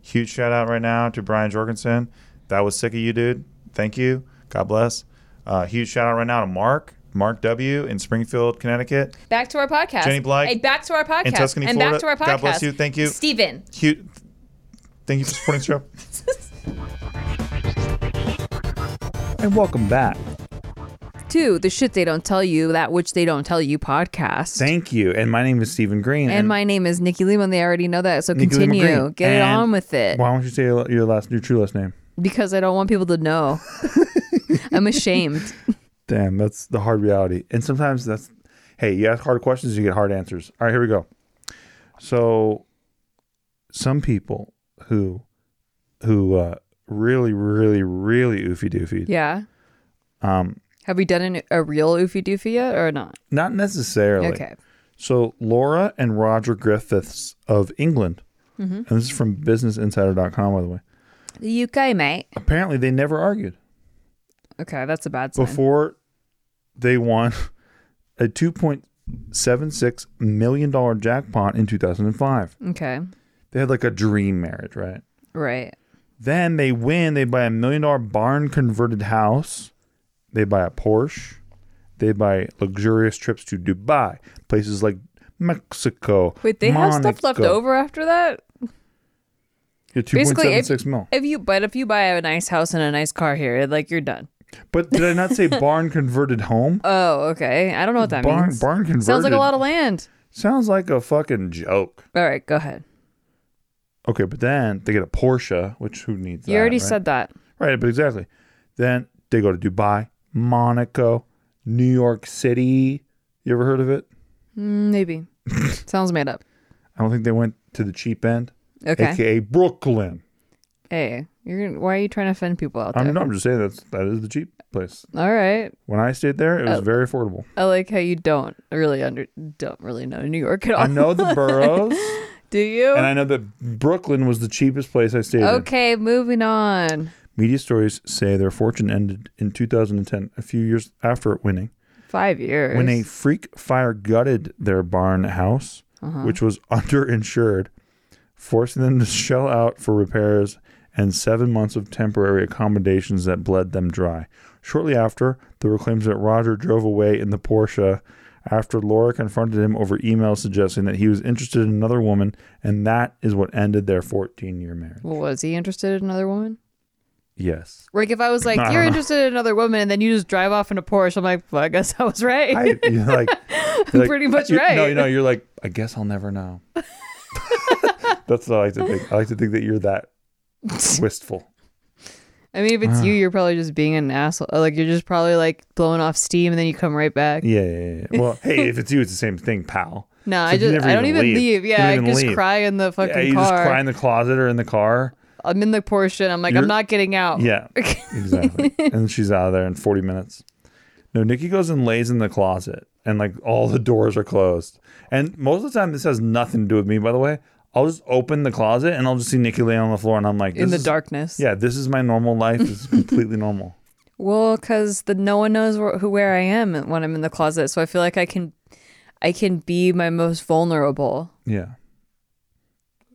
Speaker 2: huge shout out right now to Brian Jorgensen. That was sick of you, dude. Thank you. God bless. Uh, huge shout out right now to Mark, Mark W. in Springfield, Connecticut.
Speaker 3: Back to our podcast.
Speaker 2: Jenny Blythe
Speaker 3: Hey, back to our podcast.
Speaker 2: in Tuscany,
Speaker 3: and
Speaker 2: Florida.
Speaker 3: back to our podcast.
Speaker 2: God bless you. Thank you.
Speaker 3: Steven.
Speaker 2: Huge. Thank you for supporting the show. And welcome back.
Speaker 3: Two, the shit they don't tell you, that which they don't tell you podcast.
Speaker 2: Thank you. And my name is Stephen Green.
Speaker 3: and my name is Nikki Lima, and they already know that. So
Speaker 2: Nikki Lima
Speaker 3: continue.
Speaker 2: Green.
Speaker 3: Get it
Speaker 2: And
Speaker 3: on with it.
Speaker 2: Why don't you say your your last, your true last name?
Speaker 3: Because I don't want people to know. I'm ashamed.
Speaker 2: Damn, that's the hard reality. And sometimes that's, hey, you ask hard questions, you get hard answers. All right, here we go. So, some people who, who uh, really, really, really oofy doofy,
Speaker 3: Yeah.
Speaker 2: um,
Speaker 3: Have we done an, a real oofy doofy yet or not?
Speaker 2: not necessarily.
Speaker 3: Okay.
Speaker 2: So Laura and Roger Griffiths of England, and this is from BusinessInsider.com, by the way.
Speaker 3: The UK, mate.
Speaker 2: Apparently, they never argued
Speaker 3: Okay, that's a bad sign.
Speaker 2: before they won a two point seven six million dollar jackpot in two thousand and five.
Speaker 3: Okay.
Speaker 2: They had like a dream marriage, right?
Speaker 3: Right.
Speaker 2: Then they win. They buy a million dollar barn converted house. They buy a Porsche. They buy luxurious trips to Dubai, places like Mexico.
Speaker 3: Wait, they have stuff left
Speaker 2: Monaco.
Speaker 3: over after that?
Speaker 2: Yeah, two point
Speaker 3: Basically,
Speaker 2: seven
Speaker 3: if,
Speaker 2: six mil.
Speaker 3: if you but if you buy a nice house and a nice car here, like you're done.
Speaker 2: But did I not say barn converted home?
Speaker 3: Oh, okay. I don't know what that
Speaker 2: barn
Speaker 3: means.
Speaker 2: barn converted
Speaker 3: Sounds like a lot of land.
Speaker 2: sounds like a fucking joke.
Speaker 3: All right, go ahead.
Speaker 2: Okay, but then they get a Porsche, which who needs
Speaker 3: You
Speaker 2: that?
Speaker 3: already
Speaker 2: right?
Speaker 3: said that.
Speaker 2: right, but exactly. Then they go to Dubai, Monaco, New York City. You ever heard of it?
Speaker 3: Mm, Maybe. Sounds made up.
Speaker 2: I don't think they went to the cheap end,
Speaker 3: Okay.
Speaker 2: aka Brooklyn.
Speaker 3: Hey, you're gonna- why are you trying to offend people out there?
Speaker 2: I'm, no, I'm just saying that's that is the cheap place.
Speaker 3: All right.
Speaker 2: When I stayed there, it was
Speaker 3: Oh.
Speaker 2: very affordable.
Speaker 3: I like how you don't really under don't really know New York at all.
Speaker 2: I know the boroughs,
Speaker 3: Do you?
Speaker 2: and I know that Brooklyn was the cheapest place I stayed. in.
Speaker 3: okay, moving on.
Speaker 2: Media stories say their fortune ended in 2010, a few years after winning,
Speaker 3: Five years.
Speaker 2: when a freak fire gutted their barn house, which was underinsured, forcing them to shell out for repairs and seven months of temporary accommodations that bled them dry. Shortly after, there were claims that Roger drove away in the Porsche after Laura confronted him over email suggesting that he was interested in another woman, and that is what ended their 14 year marriage.
Speaker 3: well, was he interested in another woman?
Speaker 2: Yes.
Speaker 3: Like if I was like,
Speaker 2: I don't
Speaker 3: you're
Speaker 2: know.
Speaker 3: interested in another woman, and then you just drive off in a Porsche, I'm like, well, I guess I was right.
Speaker 2: I, you're like, you're like-
Speaker 3: Pretty much
Speaker 2: you- No,
Speaker 3: right.
Speaker 2: you know, you're like, I guess I'll never know. That's what I like to think. I like to think that you're that wistful.
Speaker 3: I mean, if it's
Speaker 2: Ah.
Speaker 3: you, you're probably just being an asshole. Or, Like you're just probably like blowing off steam, and then you come right back.
Speaker 2: Yeah, yeah, yeah, yeah. Well, hey, if it's you, it's the same thing, pal.
Speaker 3: No,
Speaker 2: So
Speaker 3: I
Speaker 2: you
Speaker 3: just
Speaker 2: never
Speaker 3: I don't even leave.
Speaker 2: You
Speaker 3: Yeah,
Speaker 2: don't
Speaker 3: I
Speaker 2: even
Speaker 3: just
Speaker 2: leave.
Speaker 3: cry in the
Speaker 2: Yeah,
Speaker 3: fucking
Speaker 2: you
Speaker 3: car.
Speaker 2: just cry in the closet or in the car.
Speaker 3: I'm in the Porsche, and I'm like,
Speaker 2: You're-
Speaker 3: I'm not getting out.
Speaker 2: Yeah, exactly. and she's out of there in 40 minutes. No, Nikki goes and lays in the closet, and like all the doors are closed. And most of the time, this has nothing to do with me, by the way. I'll just open the closet and I'll just see Nikki laying on the floor, and I'm like,
Speaker 3: in the
Speaker 2: this is-
Speaker 3: darkness.
Speaker 2: Yeah, this is my normal life. This is completely normal.
Speaker 3: Well, because the no one knows where, who where I am when I'm in the closet, so I feel like I can, I can be my most vulnerable.
Speaker 2: Yeah.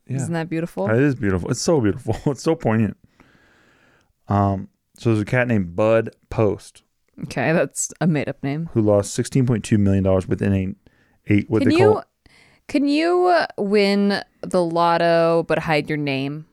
Speaker 2: Yeah.
Speaker 3: Isn't that beautiful?
Speaker 2: It is beautiful. It's so beautiful. It's so poignant. Um, so there's a cat named Bud Post
Speaker 3: okay, that's a made up name.
Speaker 2: who lost sixteen point two million dollars within a eight what
Speaker 3: Can
Speaker 2: they
Speaker 3: you,
Speaker 2: call
Speaker 3: can you uh, win the lotto but hide your name?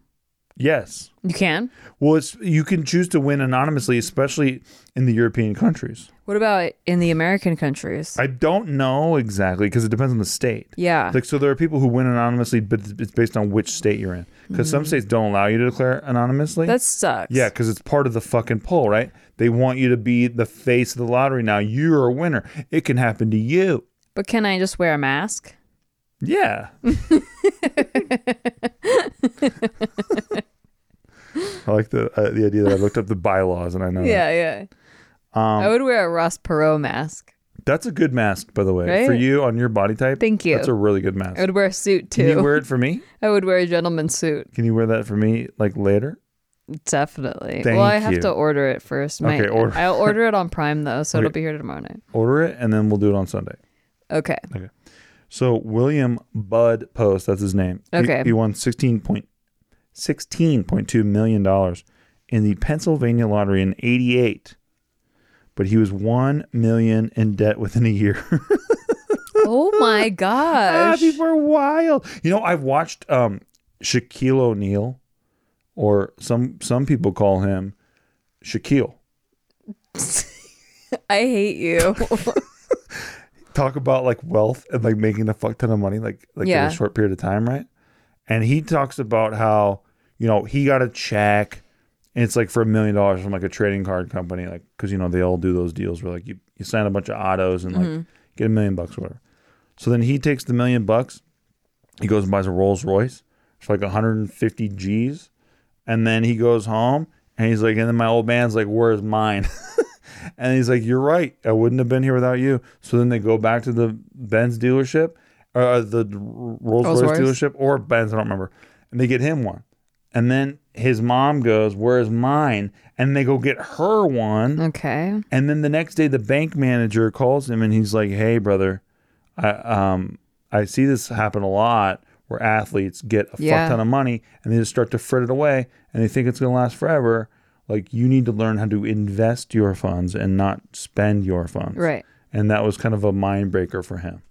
Speaker 2: yes.
Speaker 3: You can.
Speaker 2: Well, it's you can choose to win anonymously, especially in the European countries.
Speaker 3: What about in the American countries?
Speaker 2: I don't know exactly because it depends on the state.
Speaker 3: yeah.
Speaker 2: Like so, there are people who win anonymously, but it's- it's based on which state you're in. Because
Speaker 3: Mm-hmm.
Speaker 2: some states don't allow you to declare anonymously.
Speaker 3: that sucks.
Speaker 2: Yeah, because it's part of the fucking poll, right? They want you to be the face of the lottery now. You're a winner. It can happen to you.
Speaker 3: But can I just wear a mask?
Speaker 2: Yeah. I like the uh, the idea that I looked up the bylaws and I know. that.
Speaker 3: Yeah, yeah.
Speaker 2: Um,
Speaker 3: I would wear a Ross Perot mask.
Speaker 2: That's a good mask, by the way, for
Speaker 3: Right?
Speaker 2: you on your body type.
Speaker 3: Thank you.
Speaker 2: That's a really good mask.
Speaker 3: I would wear a suit
Speaker 2: Can you
Speaker 3: too.
Speaker 2: wear it for me?
Speaker 3: I would wear a gentleman's suit.
Speaker 2: Can you wear that for me like later?
Speaker 3: Definitely.
Speaker 2: Thank
Speaker 3: well, I have
Speaker 2: you.
Speaker 3: to order it first. My,
Speaker 2: Okay, order-
Speaker 3: I'll order it on Prime though, so it'll
Speaker 2: Okay.
Speaker 3: be here tomorrow night.
Speaker 2: Order it and then we'll do it on Sunday.
Speaker 3: Okay.
Speaker 2: So William Bud Post, that's his name. He-
Speaker 3: Okay.
Speaker 2: He, won sixteen point sixteen point two million dollars in the Pennsylvania lottery in eighty eight. But he was one million in debt within a year.
Speaker 3: oh my
Speaker 2: ah,
Speaker 3: gosh.
Speaker 2: people are wild. You know, I've watched um Shaquille O'Neal, or some some people call him Shaquille.
Speaker 3: I hate you.
Speaker 2: talk about like wealth and like making a fuck ton of money like like
Speaker 3: Yeah.
Speaker 2: in a short period of time, right? And he talks about how you know he got a check, and it's like for a million dollars from like a trading card company, like because you know they all do those deals where like you you sign a bunch of autos and like get a million bucks or whatever. So then he takes the million bucks, he goes and buys a Rolls Royce for like 150 G's, and then he goes home and he's like, and then my old man's like, where's mine? And he's like, "You're right. I wouldn't have been here without you." So then they go back to the Benz dealership, or uh, the Rolls Royce
Speaker 3: Rolls-Royce.
Speaker 2: dealership, or Benz. I don't remember. And they get him one. And then his mom goes, "Where's mine?" And they go get her one.
Speaker 3: okay.
Speaker 2: And then the next day, the bank manager calls him and he's like, "Hey, brother, I um I see this happen a lot where athletes get a
Speaker 3: Yeah.
Speaker 2: fuck ton of money and they just start to frit it away and they think it's gonna last forever. Like you need to learn how to invest your funds and not spend your funds.
Speaker 3: Right.
Speaker 2: And that was kind of a mind breaker for him.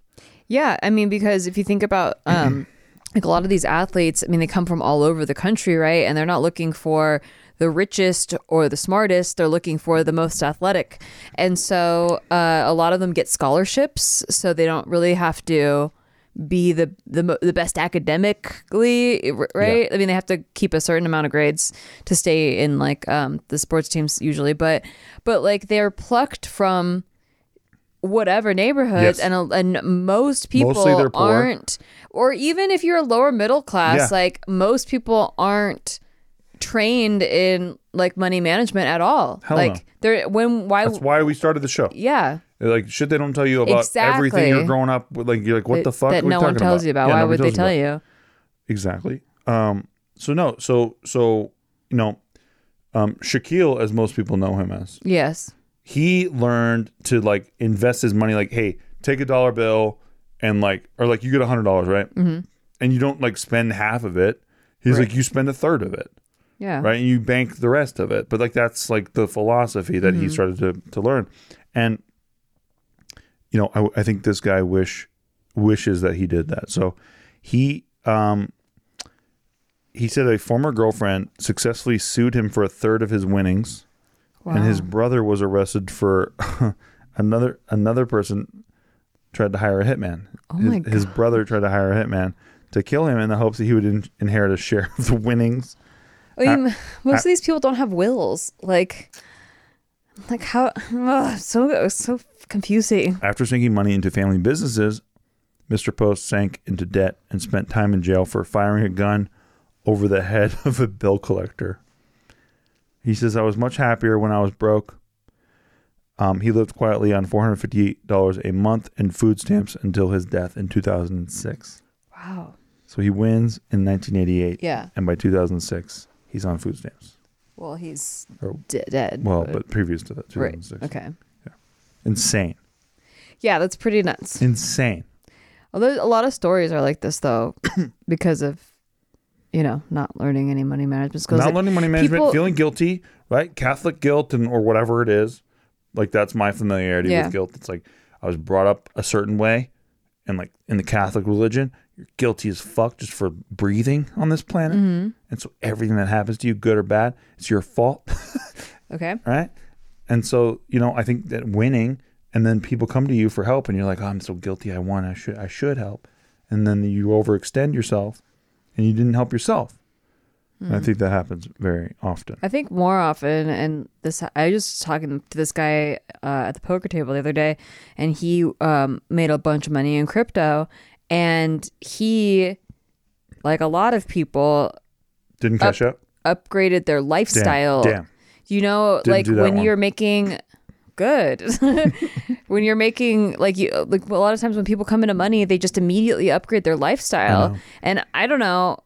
Speaker 3: Yeah, I mean, because if you think about um, like a lot of these athletes, I mean, they come from all over the country, right? And they're not looking for the richest or the smartest; they're looking for the most athletic. And so, uh, a lot of them get scholarships, so they don't really have to be the the, mo- the best academically, r- right? I mean, they have to keep a certain amount of grades to stay in like um, the sports teams usually, but but like they're plucked from whatever
Speaker 2: Yes.
Speaker 3: neighborhoods and and most people
Speaker 2: Mostly they're poor.
Speaker 3: aren't or even if you're lower middle class
Speaker 2: Yeah.
Speaker 3: like most people aren't trained in like money management at all
Speaker 2: Hell
Speaker 3: like
Speaker 2: no.
Speaker 3: they're when why
Speaker 2: That's why we started the show.
Speaker 3: yeah
Speaker 2: Like shit, they don't tell you about
Speaker 3: Exactly.
Speaker 2: everything you're growing up with. Like you're like, what the fuck?
Speaker 3: that
Speaker 2: are we
Speaker 3: no one
Speaker 2: talking
Speaker 3: tells you about
Speaker 2: Yeah,
Speaker 3: why
Speaker 2: nobody
Speaker 3: would they
Speaker 2: tells you
Speaker 3: tell
Speaker 2: about-
Speaker 3: you
Speaker 2: Exactly. Um, so no, so so you know, um, Shaquille, as most people know him as,
Speaker 3: yes
Speaker 2: he learned to like invest his money. Like, hey, take a dollar bill and like, or like you get a hundred dollars, right? Mm-hmm. And you don't like spend half of it. He's like, you spend a third of it,
Speaker 3: yeah
Speaker 2: right? And you bank the rest of it. But like, that's like the philosophy that
Speaker 3: Mm-hmm.
Speaker 2: he started to to learn. And you know, I, I think this guy wish wishes that he did that. So he um he said a former girlfriend successfully sued him for a third of his winnings, and his brother was arrested for another another person tried to hire a hitman. Oh his,
Speaker 3: my
Speaker 2: his brother tried to hire a hitman to kill him in the hopes that he would in, inherit a share of the winnings
Speaker 3: I mean, most of these people don't have wills. Like, like how? Ugh, so so confusing.
Speaker 2: After sinking money into family businesses, Mr. Post sank into debt and spent time in jail for firing a gun over the head of a bill collector. He says, I was much happier when I was broke. Um, he lived quietly on $458 a month in food stamps until his death in 2006.
Speaker 3: Wow.
Speaker 2: So he wins in 1988.
Speaker 3: Yeah.
Speaker 2: And by 2006, he's on food stamps.
Speaker 3: Well, he's
Speaker 2: Or-
Speaker 3: de- dead.
Speaker 2: Well, but previous to that,
Speaker 3: right.
Speaker 2: 2006.
Speaker 3: Okay.
Speaker 2: Insane.
Speaker 3: Yeah, that's pretty nuts.
Speaker 2: Insane.
Speaker 3: Although a lot of stories are like this though, because of you know not learning any money management skills.
Speaker 2: Not
Speaker 3: Like,
Speaker 2: learning money management,
Speaker 3: people-
Speaker 2: feeling guilty, right? Catholic guilt and or whatever it is. Like that's my familiarity
Speaker 3: Yeah.
Speaker 2: with guilt. It's like I was brought up a certain way, and like in the Catholic religion, you're guilty as fuck just for breathing on this planet.
Speaker 3: Mm-hmm.
Speaker 2: And so everything that happens to you, good or bad, it's your fault,
Speaker 3: okay.
Speaker 2: right? And so you know, I think that winning, and then people come to you for help, and you're like, oh, I'm so guilty. I won. I should. I should help. And then you overextend yourself, and you didn't help yourself. And I
Speaker 3: Hmm.
Speaker 2: think that happens very often.
Speaker 3: I think more often, and this I was just talking to this guy uh, at the poker table the other day, and he um, made a bunch of money in crypto, and he, like a lot of people,
Speaker 2: Didn't cash out.
Speaker 3: upgraded their lifestyle.
Speaker 2: damn.
Speaker 3: You know, like
Speaker 2: do that
Speaker 3: when
Speaker 2: one.
Speaker 3: you're making good, when you're making like you like a lot of times when people come into money, they just immediately upgrade their lifestyle, and I don't know.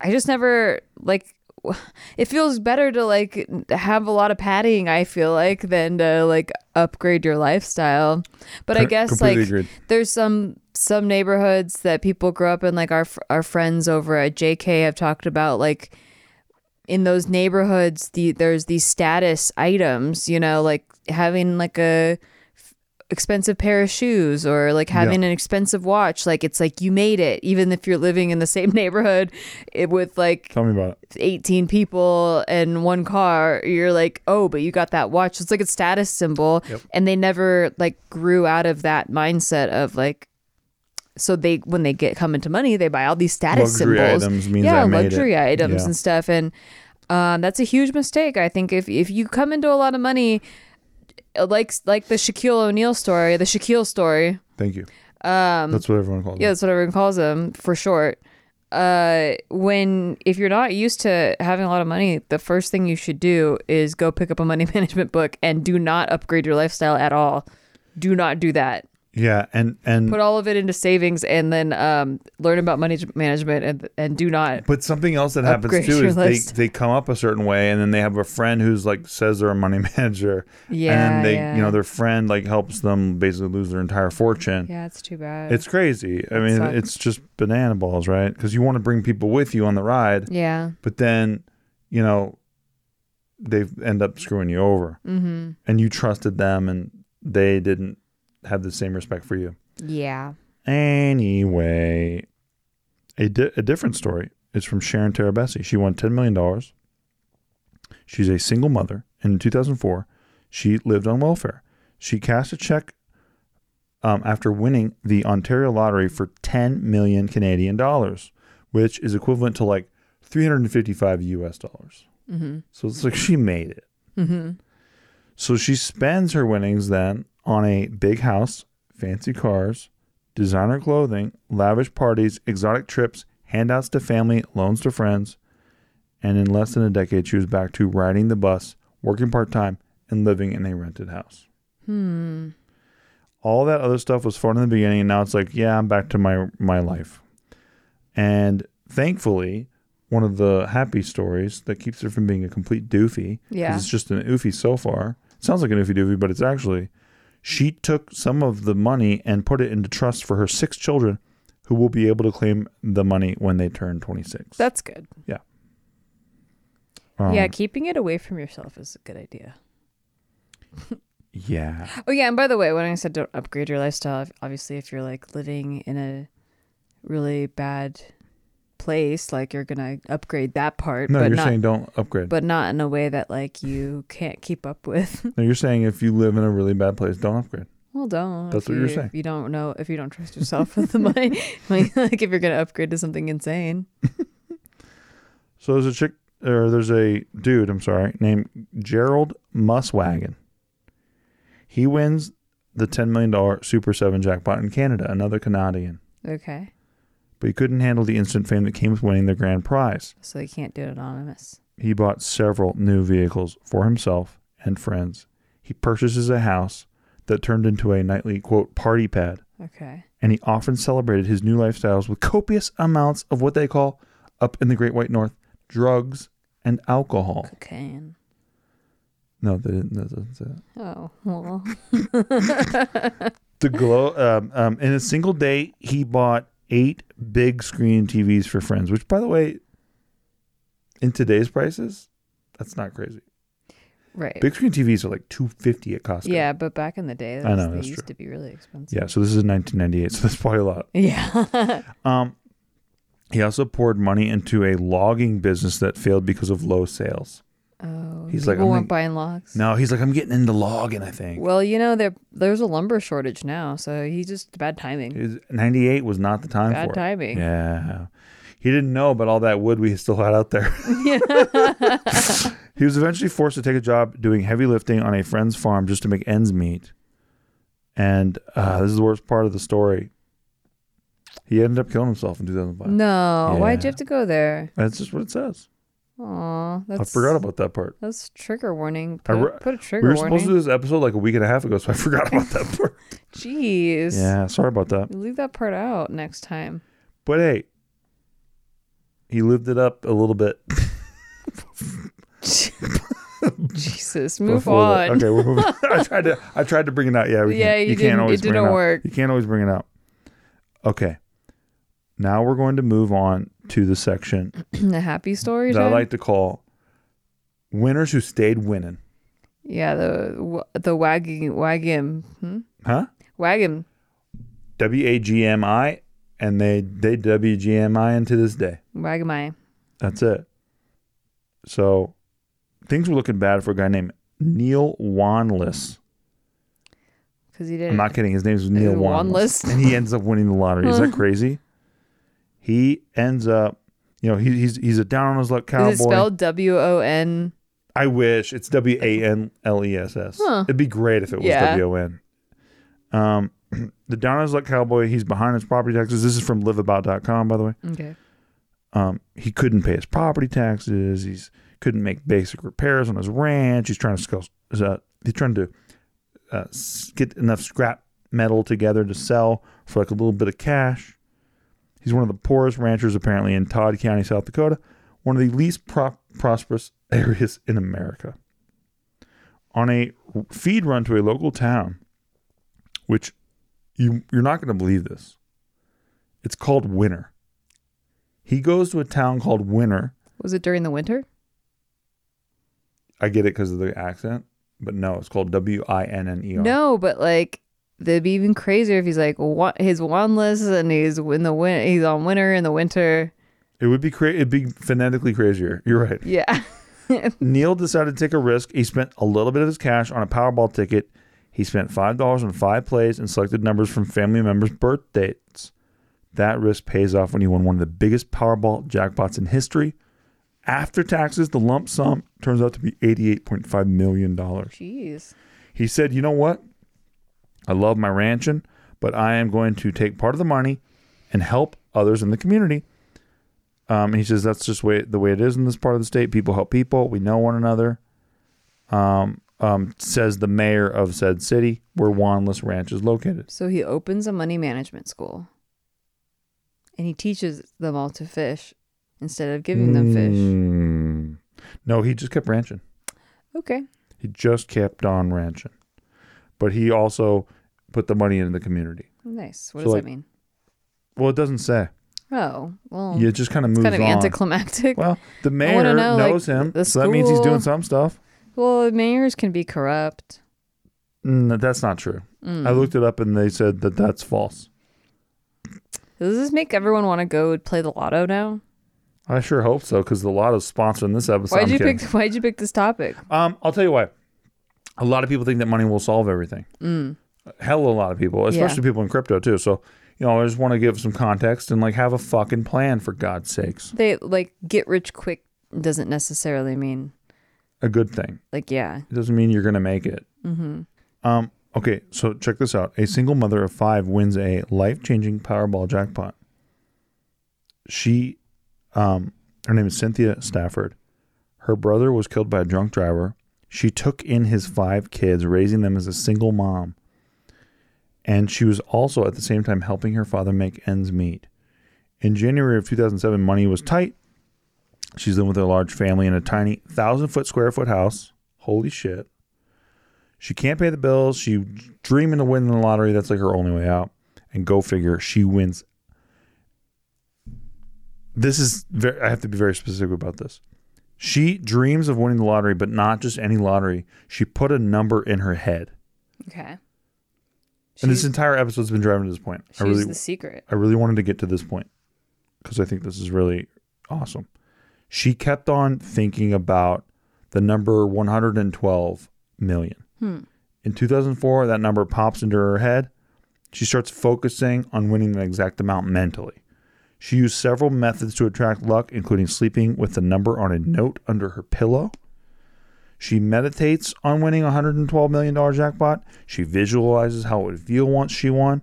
Speaker 3: I just never like. It feels better to like have a lot of padding. I feel like than to like upgrade your lifestyle. But I
Speaker 2: Com-
Speaker 3: guess like
Speaker 2: completely agreed.
Speaker 3: there's some some neighborhoods that people grow up in. Like our fr- our friends over at JK have talked about like in those neighborhoods the there's these status items you know like having like a f- expensive pair of shoes or like having an expensive watch like it's like you made it even if you're living in the same neighborhood it, with like
Speaker 2: Tell me about it.
Speaker 3: 18 people and one car you're like oh but you got that watch it's like a status symbol and they never like grew out of that mindset of like so they when they get come into money they buy all these status
Speaker 2: Luxury
Speaker 3: symbols
Speaker 2: items means
Speaker 3: yeah
Speaker 2: I made it.
Speaker 3: luxury items
Speaker 2: Yeah.
Speaker 3: and stuff and um, that's a huge mistake i think if if you come into a lot of money like like the shaquille o'neal story the shaquille story
Speaker 2: Thank you. Um, That's what everyone calls
Speaker 3: yeah,
Speaker 2: it.
Speaker 3: that's what everyone calls them for short. Uh, when if you're not used to having a lot of money, the first thing you should do is go pick up a money management book and do not upgrade your lifestyle at all. Do not do that.
Speaker 2: Yeah, and and
Speaker 3: Put all of it into savings and then um, learn about money management and and do not.
Speaker 2: but something else that happens
Speaker 3: Upgrade
Speaker 2: too
Speaker 3: your
Speaker 2: is they,
Speaker 3: lifestyle.
Speaker 2: they come up a certain way and then they have a friend who's like says they're a money manager.
Speaker 3: Yeah,
Speaker 2: And then they
Speaker 3: yeah.
Speaker 2: you know, their friend like helps them basically lose their entire fortune.
Speaker 3: Yeah, it's too bad.
Speaker 2: It's crazy. I mean,
Speaker 3: sucks.
Speaker 2: it's just banana balls, right? Because you want to bring people with you on the ride,
Speaker 3: yeah,
Speaker 2: but then, you know, they end up screwing you over.
Speaker 3: mm-hmm.
Speaker 2: And you trusted them and they didn't have the same respect for you.
Speaker 3: yeah.
Speaker 2: Anyway, a, di- a different story is from Sharon Terabessi. She won $10 million. She's a single mother. And in 2004, she lived on welfare. She cashed a check um, after winning the Ontario lottery for 10 million Canadian dollars, which is equivalent to like 355 US dollars. So it's like she made it. So she spends her winnings then on a big house, fancy cars, designer clothing, lavish parties, exotic trips, handouts to family, loans to friends. And in less than a decade, she was back to riding the bus, working part time, and living in a rented house. Hmm. All that other stuff was fun in the beginning, and now it's like, yeah, I'm back to my my life. And thankfully, one of the happy stories that keeps her from being a complete doofy, 'cause
Speaker 3: Yeah.
Speaker 2: it's just an oofy so far. It sounds like an oofy doofy, but it's actually she took some of the money and put it into trust for her six children who will be able to claim the money when they turn 26.
Speaker 3: That's good.
Speaker 2: yeah. Um,
Speaker 3: yeah, keeping it away from yourself is a good idea.
Speaker 2: Yeah.
Speaker 3: Oh yeah, and by the way, when I said don't upgrade your lifestyle, if- obviously if you're like living in a really bad place, like you're gonna upgrade that part,
Speaker 2: No,
Speaker 3: but
Speaker 2: you're
Speaker 3: not
Speaker 2: saying don't upgrade.
Speaker 3: but not in a way that like you can't keep up with.
Speaker 2: no, you're saying if you live in a really bad place, don't upgrade.
Speaker 3: well, don't.
Speaker 2: That's
Speaker 3: if
Speaker 2: what you're
Speaker 3: you-
Speaker 2: saying.
Speaker 3: If you don't know if you don't trust yourself with the money, like if you're gonna upgrade to something insane.
Speaker 2: So there's a chick or there's a dude, I'm sorry, named Gerald Muswagon. He wins the $10 million Super 7 jackpot in Canada, another Canadian.
Speaker 3: Okay.
Speaker 2: But he couldn't handle the instant fame that came with winning the grand prize.
Speaker 3: So you can't do it anonymous.
Speaker 2: He bought several new vehicles for himself and friends. He purchases a house that turned into a nightly, quote, party pad
Speaker 3: Okay.
Speaker 2: and he often celebrated his new lifestyles with copious amounts of what they call, up in the Great White North, drugs and alcohol.
Speaker 3: Cocaine.
Speaker 2: No, they didn't. That doesn't say that.
Speaker 3: Oh, well.
Speaker 2: The glow. Um, um, in a single day, he bought eight big screen TVs for friends. Which, by the way, in today's prices, that's not crazy.
Speaker 3: Right.
Speaker 2: Big screen TVs are like two fifty at Costco.
Speaker 3: yeah, but back in the day,
Speaker 2: I know,
Speaker 3: those- they
Speaker 2: that's
Speaker 3: used
Speaker 2: true.
Speaker 3: to be really expensive.
Speaker 2: Yeah. So this is nineteen ninety eight. So that's probably a lot.
Speaker 3: Yeah.
Speaker 2: Um, he also poured money into a logging business that failed because of low sales.
Speaker 3: oh,
Speaker 2: He's
Speaker 3: he's
Speaker 2: like,
Speaker 3: like, people
Speaker 2: I'm
Speaker 3: weren't
Speaker 2: gonna-
Speaker 3: buying logs.
Speaker 2: No, he's like, I'm getting into logging, I think.
Speaker 3: Well, you know, there there's a lumber shortage now, so he just bad timing.
Speaker 2: His- 98 was not the time
Speaker 3: Bad
Speaker 2: for it.
Speaker 3: timing.
Speaker 2: Yeah. He didn't know about all that wood we still had out there. he was eventually forced to take a job doing heavy lifting on a friend's farm just to make ends meet. And uh, this is the worst part of the story. He ended up killing himself in 2005.
Speaker 3: Mm. No, why'd
Speaker 2: Yeah.
Speaker 3: you have to go there?
Speaker 2: That's just what it says.
Speaker 3: Aw, that's
Speaker 2: I forgot about that part.
Speaker 3: that's trigger warning.
Speaker 2: I
Speaker 3: Put,
Speaker 2: re-
Speaker 3: put a
Speaker 2: we
Speaker 3: trigger
Speaker 2: were
Speaker 3: warning.
Speaker 2: supposed to do this episode like a week and a half ago, so I forgot about that part.
Speaker 3: Jeez,
Speaker 2: yeah, sorry about that.
Speaker 3: leave that part out next time.
Speaker 2: But hey, he lived it up a little bit.
Speaker 3: Jesus, move
Speaker 2: before that.
Speaker 3: on.
Speaker 2: Okay, we're moving. I tried to. I tried to bring it out. Yeah, we
Speaker 3: Yeah,
Speaker 2: can't,
Speaker 3: you
Speaker 2: can't
Speaker 3: didn't-
Speaker 2: always
Speaker 3: it
Speaker 2: bring
Speaker 3: didn't
Speaker 2: out.
Speaker 3: work.
Speaker 2: You can't always bring it out. Okay, now we're going to move on to the section
Speaker 3: the happy story.
Speaker 2: that I
Speaker 3: time?
Speaker 2: like to call winners who stayed winning.
Speaker 3: yeah, the the wagging wagging hmm?
Speaker 2: Huh?
Speaker 3: wagging.
Speaker 2: W a g m i, and they they w g m i into this day.
Speaker 3: Wagamai.
Speaker 2: That's it. So things were looking bad for a guy named Neil Wanless.
Speaker 3: Because he didn't.
Speaker 2: I'm not kidding. His name is Neil
Speaker 3: Neil
Speaker 2: Wanless.
Speaker 3: Wanless.
Speaker 2: And he ends up winning the lottery. Is that crazy? He ends up, you know, he, he's he's a down on his luck cowboy.
Speaker 3: Is it spelled W O N?
Speaker 2: I wish it's W A N L E S S.
Speaker 3: Huh.
Speaker 2: It'd be great if it was
Speaker 3: Yeah.
Speaker 2: W O N. Um, the down on his luck cowboy. He's behind his property taxes. This is from liveabout.com, by the way.
Speaker 3: Okay.
Speaker 2: Um, he couldn't pay his property taxes. He's couldn't make basic repairs on his ranch. He's trying to sell, uh, he's trying to uh, s- get enough scrap metal together to sell for like a little bit of cash. He's one of the poorest ranchers apparently in Todd County, South Dakota, one of the least pro- prosperous areas in America. On a feed run to a local town, which you you're not going to believe this. It's called Winter. He goes to a town called Winter.
Speaker 3: Was it during the winter?
Speaker 2: I get it because of the accent, but no, it's called W I N N E R.
Speaker 3: No, but like they'd be even crazier if he's like wa- his wandless and he's in the win- he's on winter in the winter.
Speaker 2: It would be cra- it'd be phonetically crazier. You're right.
Speaker 3: Yeah.
Speaker 2: Neil decided to take a risk. He spent a little bit of his cash on a Powerball ticket. He spent five dollars on five plays and selected numbers from family members' birth dates. That risk pays off when he won one of the biggest Powerball jackpots in history. After taxes, the lump sum turns out to be eighty-eight point five million dollars.
Speaker 3: Jeez.
Speaker 2: He said, "You know what? I love my ranching, but I am going to take part of the money and help others in the community." Um, he says that's just way, the way it is in this part of the state. People help people. We know one another. Um, um, says the mayor of said city where Juanless Ranch is located.
Speaker 3: So he opens a money management school. And he teaches them all to fish instead of giving them fish.
Speaker 2: Mm. No, he just kept ranching.
Speaker 3: Okay.
Speaker 2: He just kept on ranching, but he also put the money into the community.
Speaker 3: Nice. What
Speaker 2: So,
Speaker 3: does
Speaker 2: like-
Speaker 3: that mean?
Speaker 2: Well, it doesn't say.
Speaker 3: Oh, well,
Speaker 2: You just kind of
Speaker 3: it's
Speaker 2: moves
Speaker 3: kind of
Speaker 2: on.
Speaker 3: anticlimactic. Well,
Speaker 2: Well, the
Speaker 3: I
Speaker 2: mayor
Speaker 3: wanna know, like,
Speaker 2: knows him,
Speaker 3: the
Speaker 2: so that means he's doing
Speaker 3: school.
Speaker 2: some stuff.
Speaker 3: mayors can be corrupt.
Speaker 2: Mm, that's not true. I
Speaker 3: Mm.
Speaker 2: looked it up, and they said that that's false.
Speaker 3: Does this make everyone want to go play the lotto now?
Speaker 2: I sure hope so, because the lot is sponsoring this episode.
Speaker 3: Why'd
Speaker 2: I'm
Speaker 3: you
Speaker 2: kidding.
Speaker 3: pick? Why'd you pick this topic?
Speaker 2: Um, I'll tell you why. A lot of people think that money will solve everything.
Speaker 3: Mm.
Speaker 2: Hell, a lot of people, especially people in crypto too. So, you know, I just want to give some context and like have a fucking plan for God's sakes.
Speaker 3: They like get rich quick doesn't necessarily mean
Speaker 2: a good thing.
Speaker 3: like yeah.
Speaker 2: It doesn't mean you're going to make it. Mm-hmm. Um, okay, so check this out. A single mother of five wins a life changing Powerball jackpot. She, um, her name is Cynthia Stafford. Her brother was killed by a drunk driver. She took in his five kids, raising them as a single mom. And she was also at the same time helping her father make ends meet. In January of 2007, money was tight. She's living with a large family in a tiny thousand foot square foot house. Holy shit. She can't pay the bills. She dreaming of winning the lottery. That's like her only way out. And go figure, she wins. This is very, I have to be very specific about this. She dreams of winning the lottery, but not just any lottery. She put a number in her head.
Speaker 3: Okay.
Speaker 2: and this entire episode's been driving to this point.
Speaker 3: She's
Speaker 2: I really,
Speaker 3: the secret.
Speaker 2: I really wanted to get to this point because I think this is really awesome. She kept on thinking about the number 112 million. In 2004, that number pops into her head. She starts focusing on winning that exact amount mentally. She used several methods to attract luck, including sleeping with the number on a note under her pillow. She meditates on winning a $112 million jackpot. She visualizes how it would feel once she won.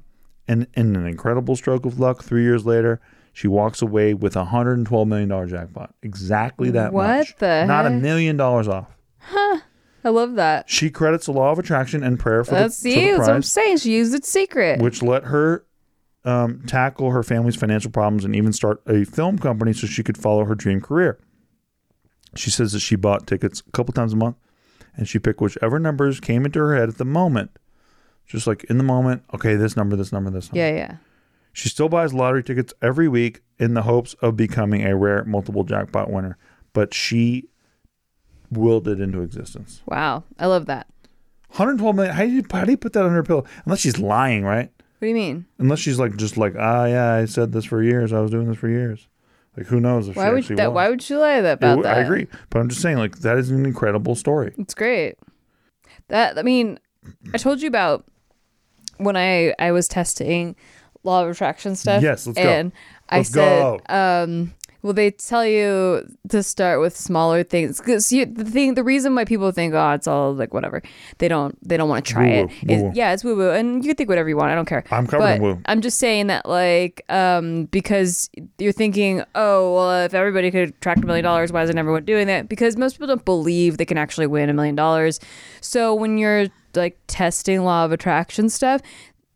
Speaker 2: And in an incredible stroke of luck, three years later, she walks away with a $112 million jackpot. Exactly that
Speaker 3: What
Speaker 2: much.
Speaker 3: the
Speaker 2: Not a
Speaker 3: heck?
Speaker 2: million dollars off.
Speaker 3: I love that.
Speaker 2: She credits the law of attraction and prayer for, the,
Speaker 3: That's
Speaker 2: for
Speaker 3: see,
Speaker 2: the
Speaker 3: that's what I'm
Speaker 2: prize,
Speaker 3: saying. She used its secret.
Speaker 2: which let her um, tackle her family's financial problems and even start a film company so she could follow her dream career. She says that she bought tickets a couple times a month and she picked whichever numbers came into her head at the moment. Just like in the moment, okay, this number, this number, this number.
Speaker 3: yeah, yeah.
Speaker 2: She still buys lottery tickets every week in the hopes of becoming a rare multiple jackpot winner, but she willed it into existence.
Speaker 3: Wow. I love that.
Speaker 2: 112 million. How do you how do you put that under a pillow? Unless she's lying, right?
Speaker 3: What do you mean?
Speaker 2: Unless she's like just like ah yeah, I said this for years. I was doing this for years. Like who knows if
Speaker 3: Why
Speaker 2: she
Speaker 3: would
Speaker 2: actually
Speaker 3: that
Speaker 2: was.
Speaker 3: why would she lie that about
Speaker 2: It-
Speaker 3: that?
Speaker 2: I agree, but I'm just saying like that is an incredible story.
Speaker 3: It's great. That I mean, I told you about when I I was testing law of attraction stuff.
Speaker 2: Yes, let's go.
Speaker 3: and I
Speaker 2: Let's
Speaker 3: said,
Speaker 2: go.
Speaker 3: um, well, they tell you to start with smaller things because you the thing the reason why people think oh it's all like whatever they don't they don't want to try it.
Speaker 2: Woo-woo,
Speaker 3: Is-
Speaker 2: woo-woo.
Speaker 3: yeah, it's woo woo, and you can think whatever you want. I don't care.
Speaker 2: I'm covered
Speaker 3: but
Speaker 2: in woo.
Speaker 3: I'm just saying that like um because you're thinking oh well if everybody could attract a million dollars why isn't everyone doing that because most people don't believe they can actually win a million dollars so when you're like testing law of attraction stuff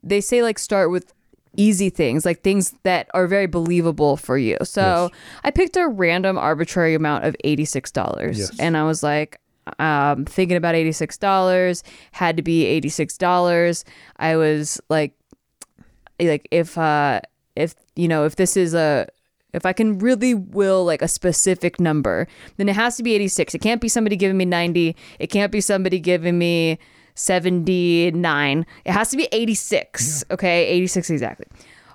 Speaker 3: they say like start with easy things like things that are very believable for you so I picked a random arbitrary amount of eighty six dollars
Speaker 2: Yes.
Speaker 3: and I was like um, thinking about eighty six dollars had to be eighty six dollars I was like like if uh if you know if this is a if I can really will like a specific number, then it has to be 86. It can't be somebody giving me 90. It can't be somebody giving me 79. It has to be 86. Okay, 86 exactly.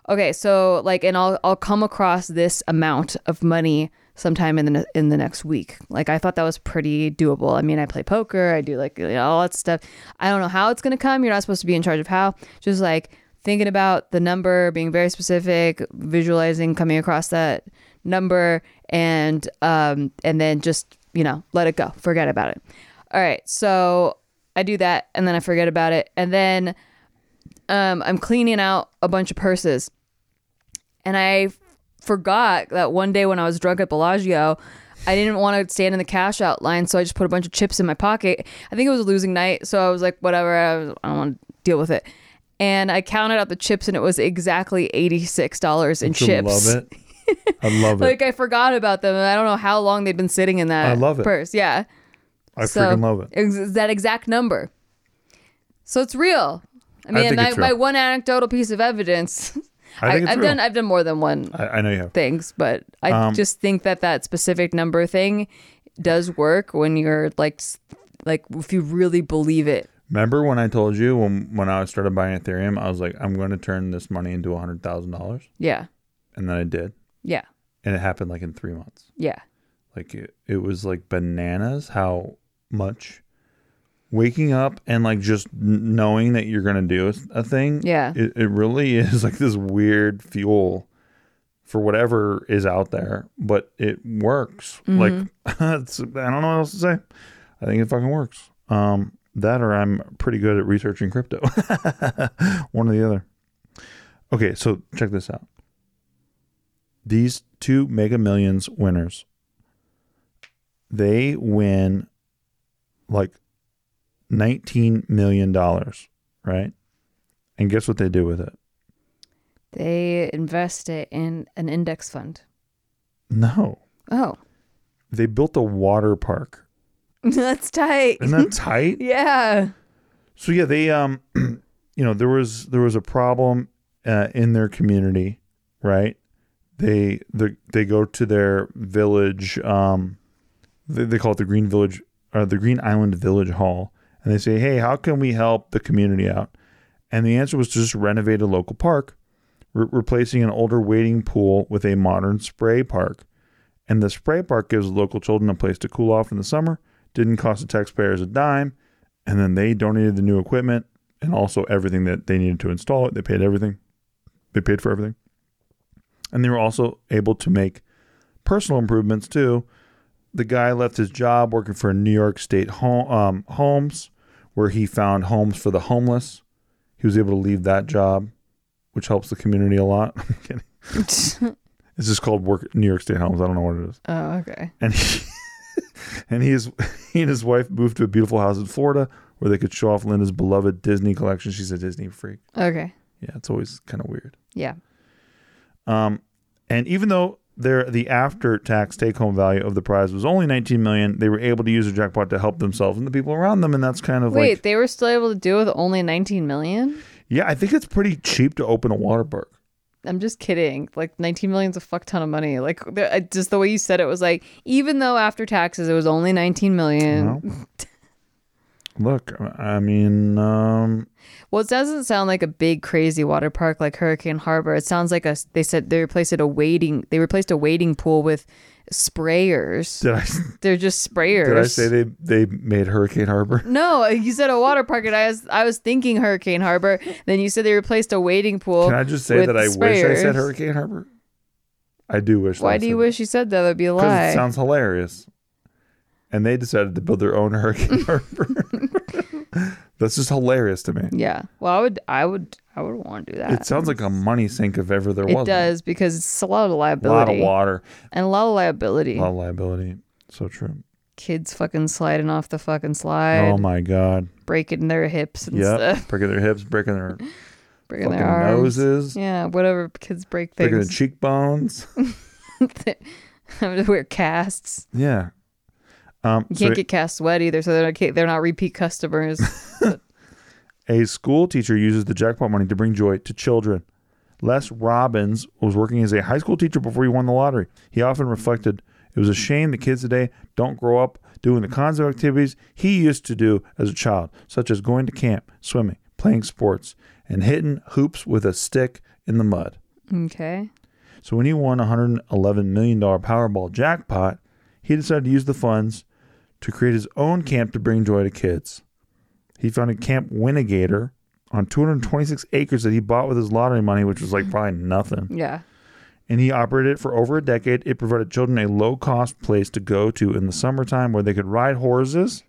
Speaker 3: Okay, so like and I'll I'll come across this amount of money sometime in the ne- in the next week. Like I thought that was pretty doable. I mean, I play poker, I do like you know, all that stuff. I don't know how it's going to come. You're not supposed to be in charge of how. Just like thinking about the number, being very specific, visualizing coming across that number and um and then just, you know, let it go. Forget about it. All right. So I do that and then I forget about it. And then um I'm cleaning out a bunch of purses and I f- forgot that one day when I was drunk at Bellagio, I didn't want to stand in the cash out line, so I just put a bunch of chips in my pocket. I think it was a losing night, so I was like, whatever, I, was, I don't want to deal with it. And I counted out the chips, and it was exactly eighty-six dollars in
Speaker 2: I
Speaker 3: chips.
Speaker 2: love it. I love it.
Speaker 3: Like I forgot about them, and I don't know how long they'd been sitting in that
Speaker 2: I love it.
Speaker 3: purse. Yeah,
Speaker 2: I
Speaker 3: so
Speaker 2: freaking love it.
Speaker 3: ex- it's that exact number. So it's real. I mean,
Speaker 2: think
Speaker 3: my,
Speaker 2: it's real.
Speaker 3: my one anecdotal piece of evidence.
Speaker 2: I think it's
Speaker 3: I've
Speaker 2: real. Um,
Speaker 3: done. I've done more than one
Speaker 2: I, I know you have.
Speaker 3: things, but I just think that that specific number thing does work when you're like, s- like if you really believe it.
Speaker 2: Remember when I told you when when I started buying Ethereum, I was like, I'm going to turn this money into hundred thousand dollars,
Speaker 3: Yeah,
Speaker 2: and then I did,
Speaker 3: yeah,
Speaker 2: and it happened like in three months.
Speaker 3: yeah.
Speaker 2: like it, it was like bananas how much waking up and like just n- knowing that you're gonna do a s- a thing
Speaker 3: Yeah.
Speaker 2: it, it really is like this weird fuel for whatever is out there, but it works. Like it's, I don't know what else to say. I think it fucking works. Um, that or I'm pretty good at researching crypto. One or the other. Okay, so check this out. These two Mega Millions winners, they win like $19 million, right? And guess what they do with it?
Speaker 3: They invest it in an index fund.
Speaker 2: No.
Speaker 3: Oh,
Speaker 2: They built a water park.
Speaker 3: that's tight.
Speaker 2: Isn't that tight?
Speaker 3: Yeah.
Speaker 2: So yeah, they um, you know, there was there was a problem uh, in their community, right? They the they go to their village, um, they, they call it the Green Village or the Green Island Village Hall, and they say, hey, how can we help the community out? And the answer was to just renovate a local park, re- replacing an older wading pool with a modern spray park. And the spray park gives local children a place to cool off in the summer. Didn't cost the taxpayers a dime and then they donated the new equipment and also everything that they needed to install it. They paid everything. They paid for everything. And they were also able to make personal improvements too. The guy left his job working for New York State home, um, Homes, where he found homes for the homeless. He was able to leave that job, which helps the community a lot. I'm kidding. This is called work New York State Homes. I don't know what it is
Speaker 3: oh, okay.
Speaker 2: and he, and he is he and his wife moved to a beautiful house in Florida where they could show off Linda's beloved Disney collection. She's a Disney freak.
Speaker 3: Okay.
Speaker 2: Yeah, it's always kind of weird.
Speaker 3: Yeah.
Speaker 2: Um, and even though their the after tax take home value of the prize was only 19 million, they were able to use the jackpot to help themselves and the people around them, and that's kind of
Speaker 3: Wait,
Speaker 2: like
Speaker 3: they were still able to do it with only 19 million?
Speaker 2: yeah, I think it's pretty cheap to open a water park.
Speaker 3: I'm just kidding. Like 19 million's a fuck ton of money. Like the- I- just the way you said it was like even though after taxes it was only 19 million.
Speaker 2: Well, Look, I mean, um,
Speaker 3: Well, it doesn't sound like a big crazy water park like Hurricane Harbor. It sounds like a they said they replaced it a wading they replaced a wading pool with sprayers.
Speaker 2: did I
Speaker 3: They're just sprayers.
Speaker 2: did I say they they made Hurricane Harbor?
Speaker 3: No, you said a water park, and I was I was thinking Hurricane Harbor. Then you said they replaced a wading pool.
Speaker 2: Can I just say
Speaker 3: with
Speaker 2: that I wish I
Speaker 3: sprayers.
Speaker 2: said Hurricane Harbor? I do wish. that I
Speaker 3: Why do
Speaker 2: said
Speaker 3: you
Speaker 2: that.
Speaker 3: wish you said that? That'd be a lie.
Speaker 2: it sounds hilarious. And they decided to build their own Hurricane Harbor. That's just hilarious to me.
Speaker 3: yeah. Well, I would I would I would want to do that.
Speaker 2: It sounds like a money sink if ever there
Speaker 3: It
Speaker 2: was.
Speaker 3: does because it's a lot of
Speaker 2: uh, A lot
Speaker 3: liability
Speaker 2: of water,
Speaker 3: and a lot of liability.
Speaker 2: a lot of liability. So true.
Speaker 3: Kids fucking sliding off the fucking slide,
Speaker 2: oh my God.
Speaker 3: breaking their hips and
Speaker 2: Yeah.
Speaker 3: stuff,
Speaker 2: Breaking their hips, breaking their
Speaker 3: uh, breaking
Speaker 2: fucking
Speaker 3: their arms.
Speaker 2: noses,
Speaker 3: Yeah, whatever kids break
Speaker 2: breaking their
Speaker 3: things.
Speaker 2: cheekbones.
Speaker 3: Having to wear casts.
Speaker 2: yeah. Um,
Speaker 3: You
Speaker 2: so
Speaker 3: can't get cast wet either, so they're not they're not repeat customers.
Speaker 2: A school teacher uses the jackpot money to bring joy to children. Les Robbins was working as a high school teacher before he won the lottery. He often reflected, It was a shame that kids today don't grow up doing the kinds of activities he used to do as a child, such as going to camp, swimming, playing sports, and hitting hoops with a stick in the mud.
Speaker 3: okay.
Speaker 2: So when he won $111 million Powerball jackpot, he decided to use the funds to create his own camp to bring joy to kids. He founded Camp Winnegator on 226 acres that he bought with his lottery money, which was like probably nothing.
Speaker 3: Yeah.
Speaker 2: And he operated it for over a decade. It provided children a low cost place to go to in the summertime where they could ride horses,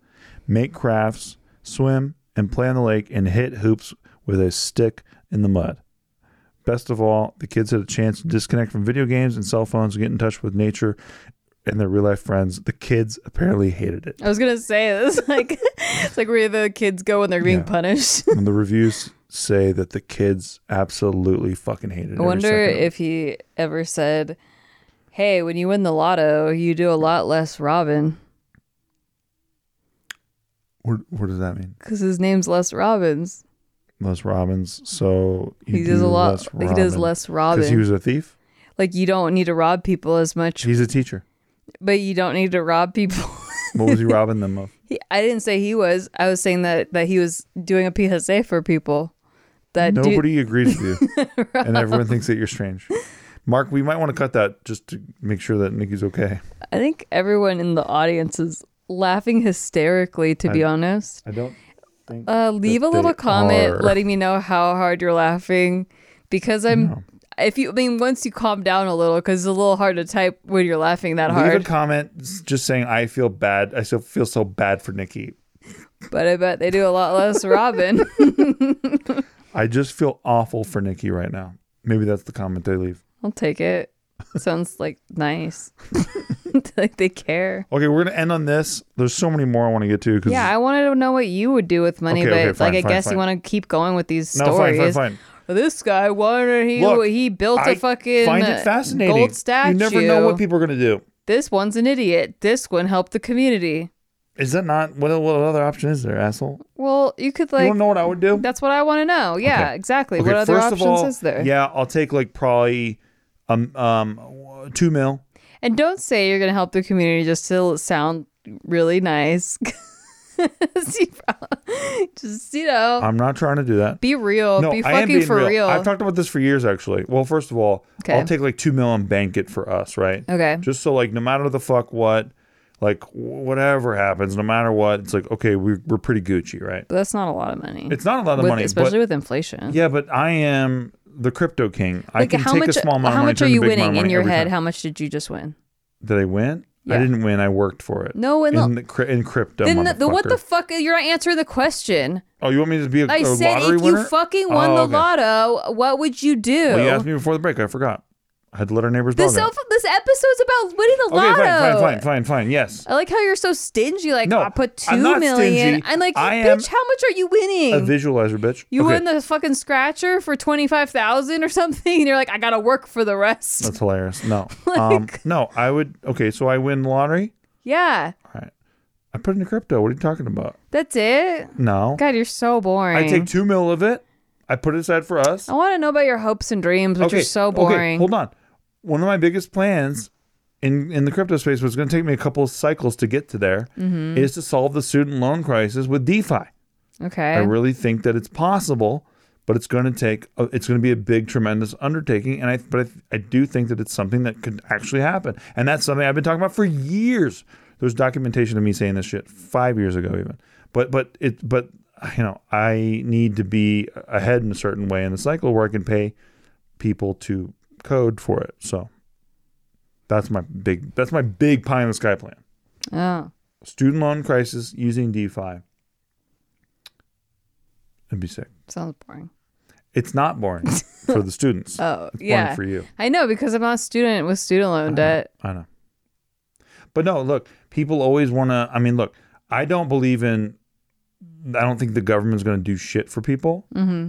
Speaker 2: make crafts, swim, and play on the lake and hit hoops with a stick in the mud. Best of all, the kids had a chance to disconnect from video games and cell phones, get in touch with nature and their real life friends. The kids apparently hated it.
Speaker 3: I was gonna say it's like it's like where the kids go when they're being
Speaker 2: Yeah.
Speaker 3: punished.
Speaker 2: And the reviews say that the kids absolutely fucking hated it.
Speaker 3: I
Speaker 2: every
Speaker 3: wonder
Speaker 2: second of it.
Speaker 3: if he ever said, "Hey, when you win the lotto, you do a lot less Robin
Speaker 2: What, what does that mean?
Speaker 3: because his name's Les Robbins.
Speaker 2: Les Robbins. So you
Speaker 3: he does
Speaker 2: do
Speaker 3: a lot.
Speaker 2: less
Speaker 3: he does
Speaker 2: Robin.
Speaker 3: less
Speaker 2: Because
Speaker 3: Robin.
Speaker 2: he was a thief.
Speaker 3: like you don't need to rob people as much,
Speaker 2: He's a teacher.
Speaker 3: but you don't need to rob people."
Speaker 2: What was he robbing them of?
Speaker 3: he, I didn't say he was. I was saying that that he was doing a PSA for people. That do-
Speaker 2: Nobody agrees with you, and everyone thinks that you're strange. Mark, we might want to cut that just to make sure that Nikki's okay.
Speaker 3: I think everyone in the audience is laughing hysterically. To be honest.
Speaker 2: I don't think.
Speaker 3: Uh, leave
Speaker 2: that
Speaker 3: a little
Speaker 2: they
Speaker 3: comment
Speaker 2: are.
Speaker 3: letting me know how hard you're laughing because I'm if you, I mean, once you calm down a little, because it's a little hard to type when you're laughing that
Speaker 2: Leave a
Speaker 3: hard.
Speaker 2: comment s- just saying I feel bad. I still feel so bad for Nikki.
Speaker 3: But I bet they do a lot less Robin.
Speaker 2: I just feel awful for Nikki right now. Maybe that's the comment they leave.
Speaker 3: I'll take it. Sounds like nice. like they care.
Speaker 2: Okay, we're gonna end on this. There's so many more I want to get to. 'cause-
Speaker 3: Yeah, I wanted to know what you would do with money,
Speaker 2: Okay,
Speaker 3: but
Speaker 2: okay, fine,
Speaker 3: like I
Speaker 2: fine,
Speaker 3: guess
Speaker 2: fine.
Speaker 3: you want to keep going with these
Speaker 2: no, fine,
Speaker 3: stories.
Speaker 2: fine, fine.
Speaker 3: This guy wanted he
Speaker 2: Look,
Speaker 3: he built a
Speaker 2: I
Speaker 3: fucking uh,
Speaker 2: find it fascinating.
Speaker 3: gold
Speaker 2: You
Speaker 3: statue.
Speaker 2: never know what people are gonna do.
Speaker 3: this one's an idiot. This one helped the community.
Speaker 2: Is that not what? What other option is there, asshole?
Speaker 3: Well, you could like
Speaker 2: you don't know what I would do.
Speaker 3: that's what I want to know. Yeah,
Speaker 2: Okay.
Speaker 3: exactly.
Speaker 2: Okay,
Speaker 3: what other
Speaker 2: first
Speaker 3: options
Speaker 2: of all,
Speaker 3: is there?
Speaker 2: Yeah, I'll take like probably um um two mil.
Speaker 3: And don't say you're gonna help the community just to sound really nice. 'Cause you prob- just you know,
Speaker 2: I'm not trying to do that.
Speaker 3: be real.
Speaker 2: Uh, no,
Speaker 3: be
Speaker 2: I am
Speaker 3: fucking
Speaker 2: being
Speaker 3: for real.
Speaker 2: I've talked about this for years, actually. Well, first of all,
Speaker 3: Okay.
Speaker 2: I'll take like two mil and bank it for us, right?
Speaker 3: okay.
Speaker 2: Just so like, no matter the fuck what, like wh- whatever happens, no matter what, it's like okay, we're we're pretty Gucci, right?
Speaker 3: But that's not a lot of money.
Speaker 2: It's not a lot of
Speaker 3: With-
Speaker 2: money,
Speaker 3: especially
Speaker 2: but
Speaker 3: with inflation.
Speaker 2: yeah, but I am the crypto king. I can take a small amount
Speaker 3: how
Speaker 2: of money.
Speaker 3: much
Speaker 2: turn
Speaker 3: are
Speaker 2: it
Speaker 3: you
Speaker 2: into big amount
Speaker 3: winning
Speaker 2: of
Speaker 3: in
Speaker 2: money
Speaker 3: your
Speaker 2: every
Speaker 3: head?
Speaker 2: time.
Speaker 3: How much did you just win?
Speaker 2: Did I win?
Speaker 3: Yeah.
Speaker 2: I didn't win. I worked for it.
Speaker 3: No, in
Speaker 2: in
Speaker 3: the-
Speaker 2: the, cri- in crypto.
Speaker 3: Then the, the what the
Speaker 2: motherfucker.
Speaker 3: fuck? You're not answering the question.
Speaker 2: oh, you want me to be a,
Speaker 3: I
Speaker 2: a
Speaker 3: said
Speaker 2: lottery
Speaker 3: if
Speaker 2: winner?
Speaker 3: you fucking won
Speaker 2: Oh,
Speaker 3: the
Speaker 2: okay.
Speaker 3: lotto, what would you do?
Speaker 2: Well, you asked me before the break. I forgot. I had to let our neighbors
Speaker 3: this
Speaker 2: dog out.
Speaker 3: self, this episode's about winning the
Speaker 2: Okay,
Speaker 3: lotto.
Speaker 2: fine, fine, fine, fine, fine. Yes.
Speaker 3: I like how you're so stingy. Like
Speaker 2: No,
Speaker 3: I put two
Speaker 2: I'm not
Speaker 3: million.
Speaker 2: stingy.
Speaker 3: I'm like,
Speaker 2: I am
Speaker 3: bitch, how much are you winning?
Speaker 2: A visualizer, bitch.
Speaker 3: you
Speaker 2: okay.
Speaker 3: won the fucking scratcher for twenty five thousand or something, and you're like, I gotta work for the rest.
Speaker 2: That's hilarious. No. um, no, I would. Okay, so I win lottery.
Speaker 3: yeah,
Speaker 2: All right. I put into crypto. What are you talking about?
Speaker 3: that's it.
Speaker 2: No.
Speaker 3: God, you're so boring.
Speaker 2: I take two mil of it. I put it aside for us.
Speaker 3: I want to know about your hopes and dreams, which are so
Speaker 2: Okay,
Speaker 3: boring.
Speaker 2: hold on. One of my biggest plans in in the crypto space was going to take me a couple of cycles to get to there. Is
Speaker 3: Mm-hmm.
Speaker 2: to solve the student loan crisis with DeFi.
Speaker 3: okay.
Speaker 2: I really think that it's possible, but it's going to take a, it's going to be a big tremendous undertaking and I but I, I do think that it's something that could actually happen. And that's something I've been talking about for years. There's documentation of me saying this shit 5 years ago even. But but it but you know, I need to be ahead in a certain way in the cycle where I can pay people to code for it. So that's my big that's my big pie in the sky plan.
Speaker 3: oh,
Speaker 2: Student loan crisis using DeFi. It'd be sick.
Speaker 3: sounds boring.
Speaker 2: It's not boring for the students.
Speaker 3: Oh,
Speaker 2: it's boring
Speaker 3: yeah.
Speaker 2: for you.
Speaker 3: I know because I'm not a student with student loan debt.
Speaker 2: I know. But no, look, people always want to. I mean, look, I don't believe in. I don't think the government's going to do shit for people,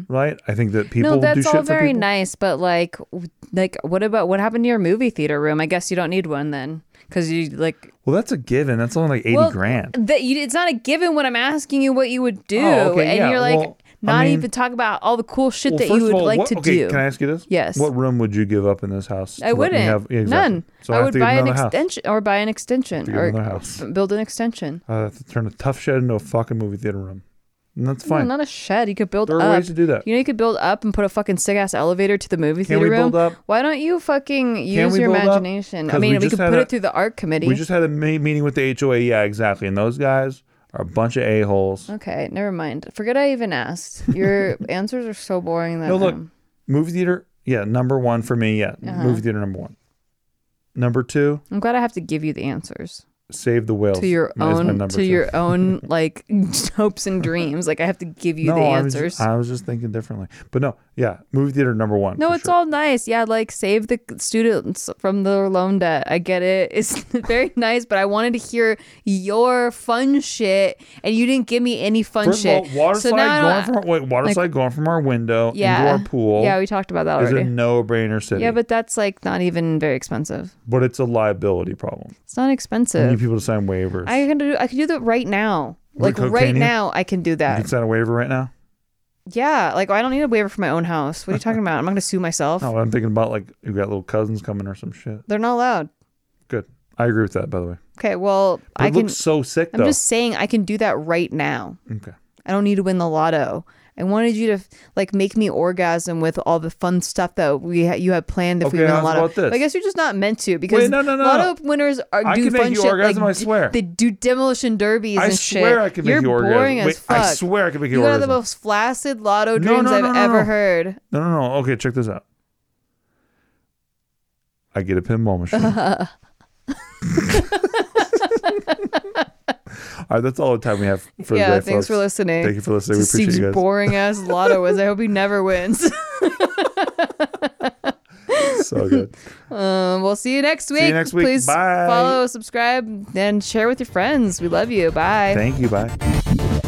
Speaker 2: right? I think that people
Speaker 3: Mm-hmm.
Speaker 2: do
Speaker 3: no, that's
Speaker 2: shit
Speaker 3: all
Speaker 2: for
Speaker 3: very
Speaker 2: people.
Speaker 3: nice, but like, w- like, what about what happened to your movie theater room? I guess you don't need one then, because you like
Speaker 2: Well, that's a given. That's only like eighty
Speaker 3: Well,
Speaker 2: grand.
Speaker 3: that. You, it's not a given when I'm asking you what you would do,
Speaker 2: Oh, okay,
Speaker 3: and
Speaker 2: yeah,
Speaker 3: you're like
Speaker 2: well, I
Speaker 3: not
Speaker 2: mean-
Speaker 3: even talk about all the cool shit
Speaker 2: Well,
Speaker 3: that
Speaker 2: first
Speaker 3: you would
Speaker 2: of all,
Speaker 3: like
Speaker 2: what-
Speaker 3: to
Speaker 2: okay,
Speaker 3: do.
Speaker 2: Can I ask you this?
Speaker 3: Yes.
Speaker 2: What room would you give up in this house? to
Speaker 3: I
Speaker 2: let me
Speaker 3: wouldn't.
Speaker 2: have- yeah, exactly.
Speaker 3: None.
Speaker 2: So I,
Speaker 3: I,
Speaker 2: have
Speaker 3: would
Speaker 2: to get
Speaker 3: buy an
Speaker 2: another house.
Speaker 3: extension or buy an extension
Speaker 2: to get
Speaker 3: or
Speaker 2: another house.
Speaker 3: f- build an extension.
Speaker 2: I have Uh, to turn a tough shed into a fucking movie theater room. And that's
Speaker 3: No,
Speaker 2: fine.
Speaker 3: not a shed. You could build
Speaker 2: there are
Speaker 3: up.
Speaker 2: ways to do that.
Speaker 3: You know, you could build up and put a fucking sick ass elevator to the movie
Speaker 2: Uh, Can
Speaker 3: theater
Speaker 2: we
Speaker 3: room.
Speaker 2: build up?
Speaker 3: Why don't you fucking use
Speaker 2: we
Speaker 3: your
Speaker 2: build up?
Speaker 3: imagination? I
Speaker 2: 'Cause
Speaker 3: mean,
Speaker 2: we
Speaker 3: we,
Speaker 2: just
Speaker 3: could
Speaker 2: had
Speaker 3: put
Speaker 2: a-
Speaker 3: it through the art committee.
Speaker 2: We just had a me- meeting with the HOA. Yeah, exactly. And those guys are a bunch of a-holes.
Speaker 3: okay, never mind. Forget I even asked. Your answers are so boring that
Speaker 2: No, look.
Speaker 3: um,
Speaker 2: Movie theater, yeah, number one for me. Yeah,
Speaker 3: Uh-huh.
Speaker 2: movie theater number one. Number two,
Speaker 3: I'm glad I have to give you the answers
Speaker 2: save the whales.
Speaker 3: to your
Speaker 2: is my
Speaker 3: own to
Speaker 2: number two.
Speaker 3: your own like hopes and dreams. Like I have to give you
Speaker 2: no,
Speaker 3: the
Speaker 2: I was,
Speaker 3: answers.
Speaker 2: just, I was just thinking differently. But no, yeah, movie theater number one.
Speaker 3: No,
Speaker 2: for
Speaker 3: it's
Speaker 2: sure.
Speaker 3: all nice. Yeah, like save the students from their loan debt. I get it. It's very nice, but I wanted to hear your fun shit, and you didn't give me any fun
Speaker 2: First
Speaker 3: shit.
Speaker 2: of all, water
Speaker 3: so
Speaker 2: slide
Speaker 3: now, I
Speaker 2: going
Speaker 3: don't-
Speaker 2: from our, wait, water
Speaker 3: like-
Speaker 2: slide going from our window into
Speaker 3: yeah,
Speaker 2: our pool
Speaker 3: Yeah, we talked about that
Speaker 2: is a
Speaker 3: already.
Speaker 2: no-brainer city.
Speaker 3: Yeah, but that's like not even very expensive.
Speaker 2: but it's a liability problem.
Speaker 3: It's not
Speaker 2: We need
Speaker 3: expensive.
Speaker 2: people to sign waivers.
Speaker 3: I can do. I can do that right now. Like
Speaker 2: cocaine
Speaker 3: right
Speaker 2: you?
Speaker 3: now, I can do
Speaker 2: you
Speaker 3: that.
Speaker 2: can sign a waiver right now.
Speaker 3: Yeah, like I don't need a waiver for my own house. What are you talking about? I'm not going to sue myself.
Speaker 2: No, I'm thinking about like you got little cousins coming or some shit.
Speaker 3: They're not allowed.
Speaker 2: Good. I agree with that, by the way.
Speaker 3: Okay, well,
Speaker 2: But
Speaker 3: I
Speaker 2: it
Speaker 3: can.
Speaker 2: looks so sick
Speaker 3: I'm
Speaker 2: though.
Speaker 3: just saying I can do that right now.
Speaker 2: Okay.
Speaker 3: I don't need to win the lotto. I wanted you to like make me orgasm with all the fun stuff that we ha- you had planned if we
Speaker 2: Okay,
Speaker 3: won the
Speaker 2: how's
Speaker 3: lotto.
Speaker 2: about this?
Speaker 3: But I guess you're just not meant to because
Speaker 2: Wait, no, no, no,
Speaker 3: lotto winners are
Speaker 2: I
Speaker 3: do
Speaker 2: can make
Speaker 3: fun
Speaker 2: you
Speaker 3: shit.
Speaker 2: orgasm,
Speaker 3: like,
Speaker 2: I swear.
Speaker 3: They do demolition derbies
Speaker 2: I
Speaker 3: and shit.
Speaker 2: swear I can make
Speaker 3: you're
Speaker 2: you orgasm.
Speaker 3: boring as
Speaker 2: Wait,
Speaker 3: fuck.
Speaker 2: I swear I can make you
Speaker 3: You are the
Speaker 2: orgasm.
Speaker 3: most flaccid lotto
Speaker 2: No,
Speaker 3: dreams
Speaker 2: no, no,
Speaker 3: I've
Speaker 2: no,
Speaker 3: ever
Speaker 2: no.
Speaker 3: heard.
Speaker 2: No, no, no. Okay, check this out. I get a pinball machine. all right, that's all the time we have for
Speaker 3: yeah,
Speaker 2: today,
Speaker 3: thanks for
Speaker 2: folks.
Speaker 3: listening.
Speaker 2: Thank you for listening.
Speaker 3: to
Speaker 2: We appreciate
Speaker 3: Steve's
Speaker 2: you guys.
Speaker 3: boring ass lotto was. I hope he never wins.
Speaker 2: So good.
Speaker 3: Um, we'll see you next week.
Speaker 2: you next week.
Speaker 3: Please
Speaker 2: Bye.
Speaker 3: follow, subscribe, and share with your friends. We love you. Bye.
Speaker 2: Thank you. Bye.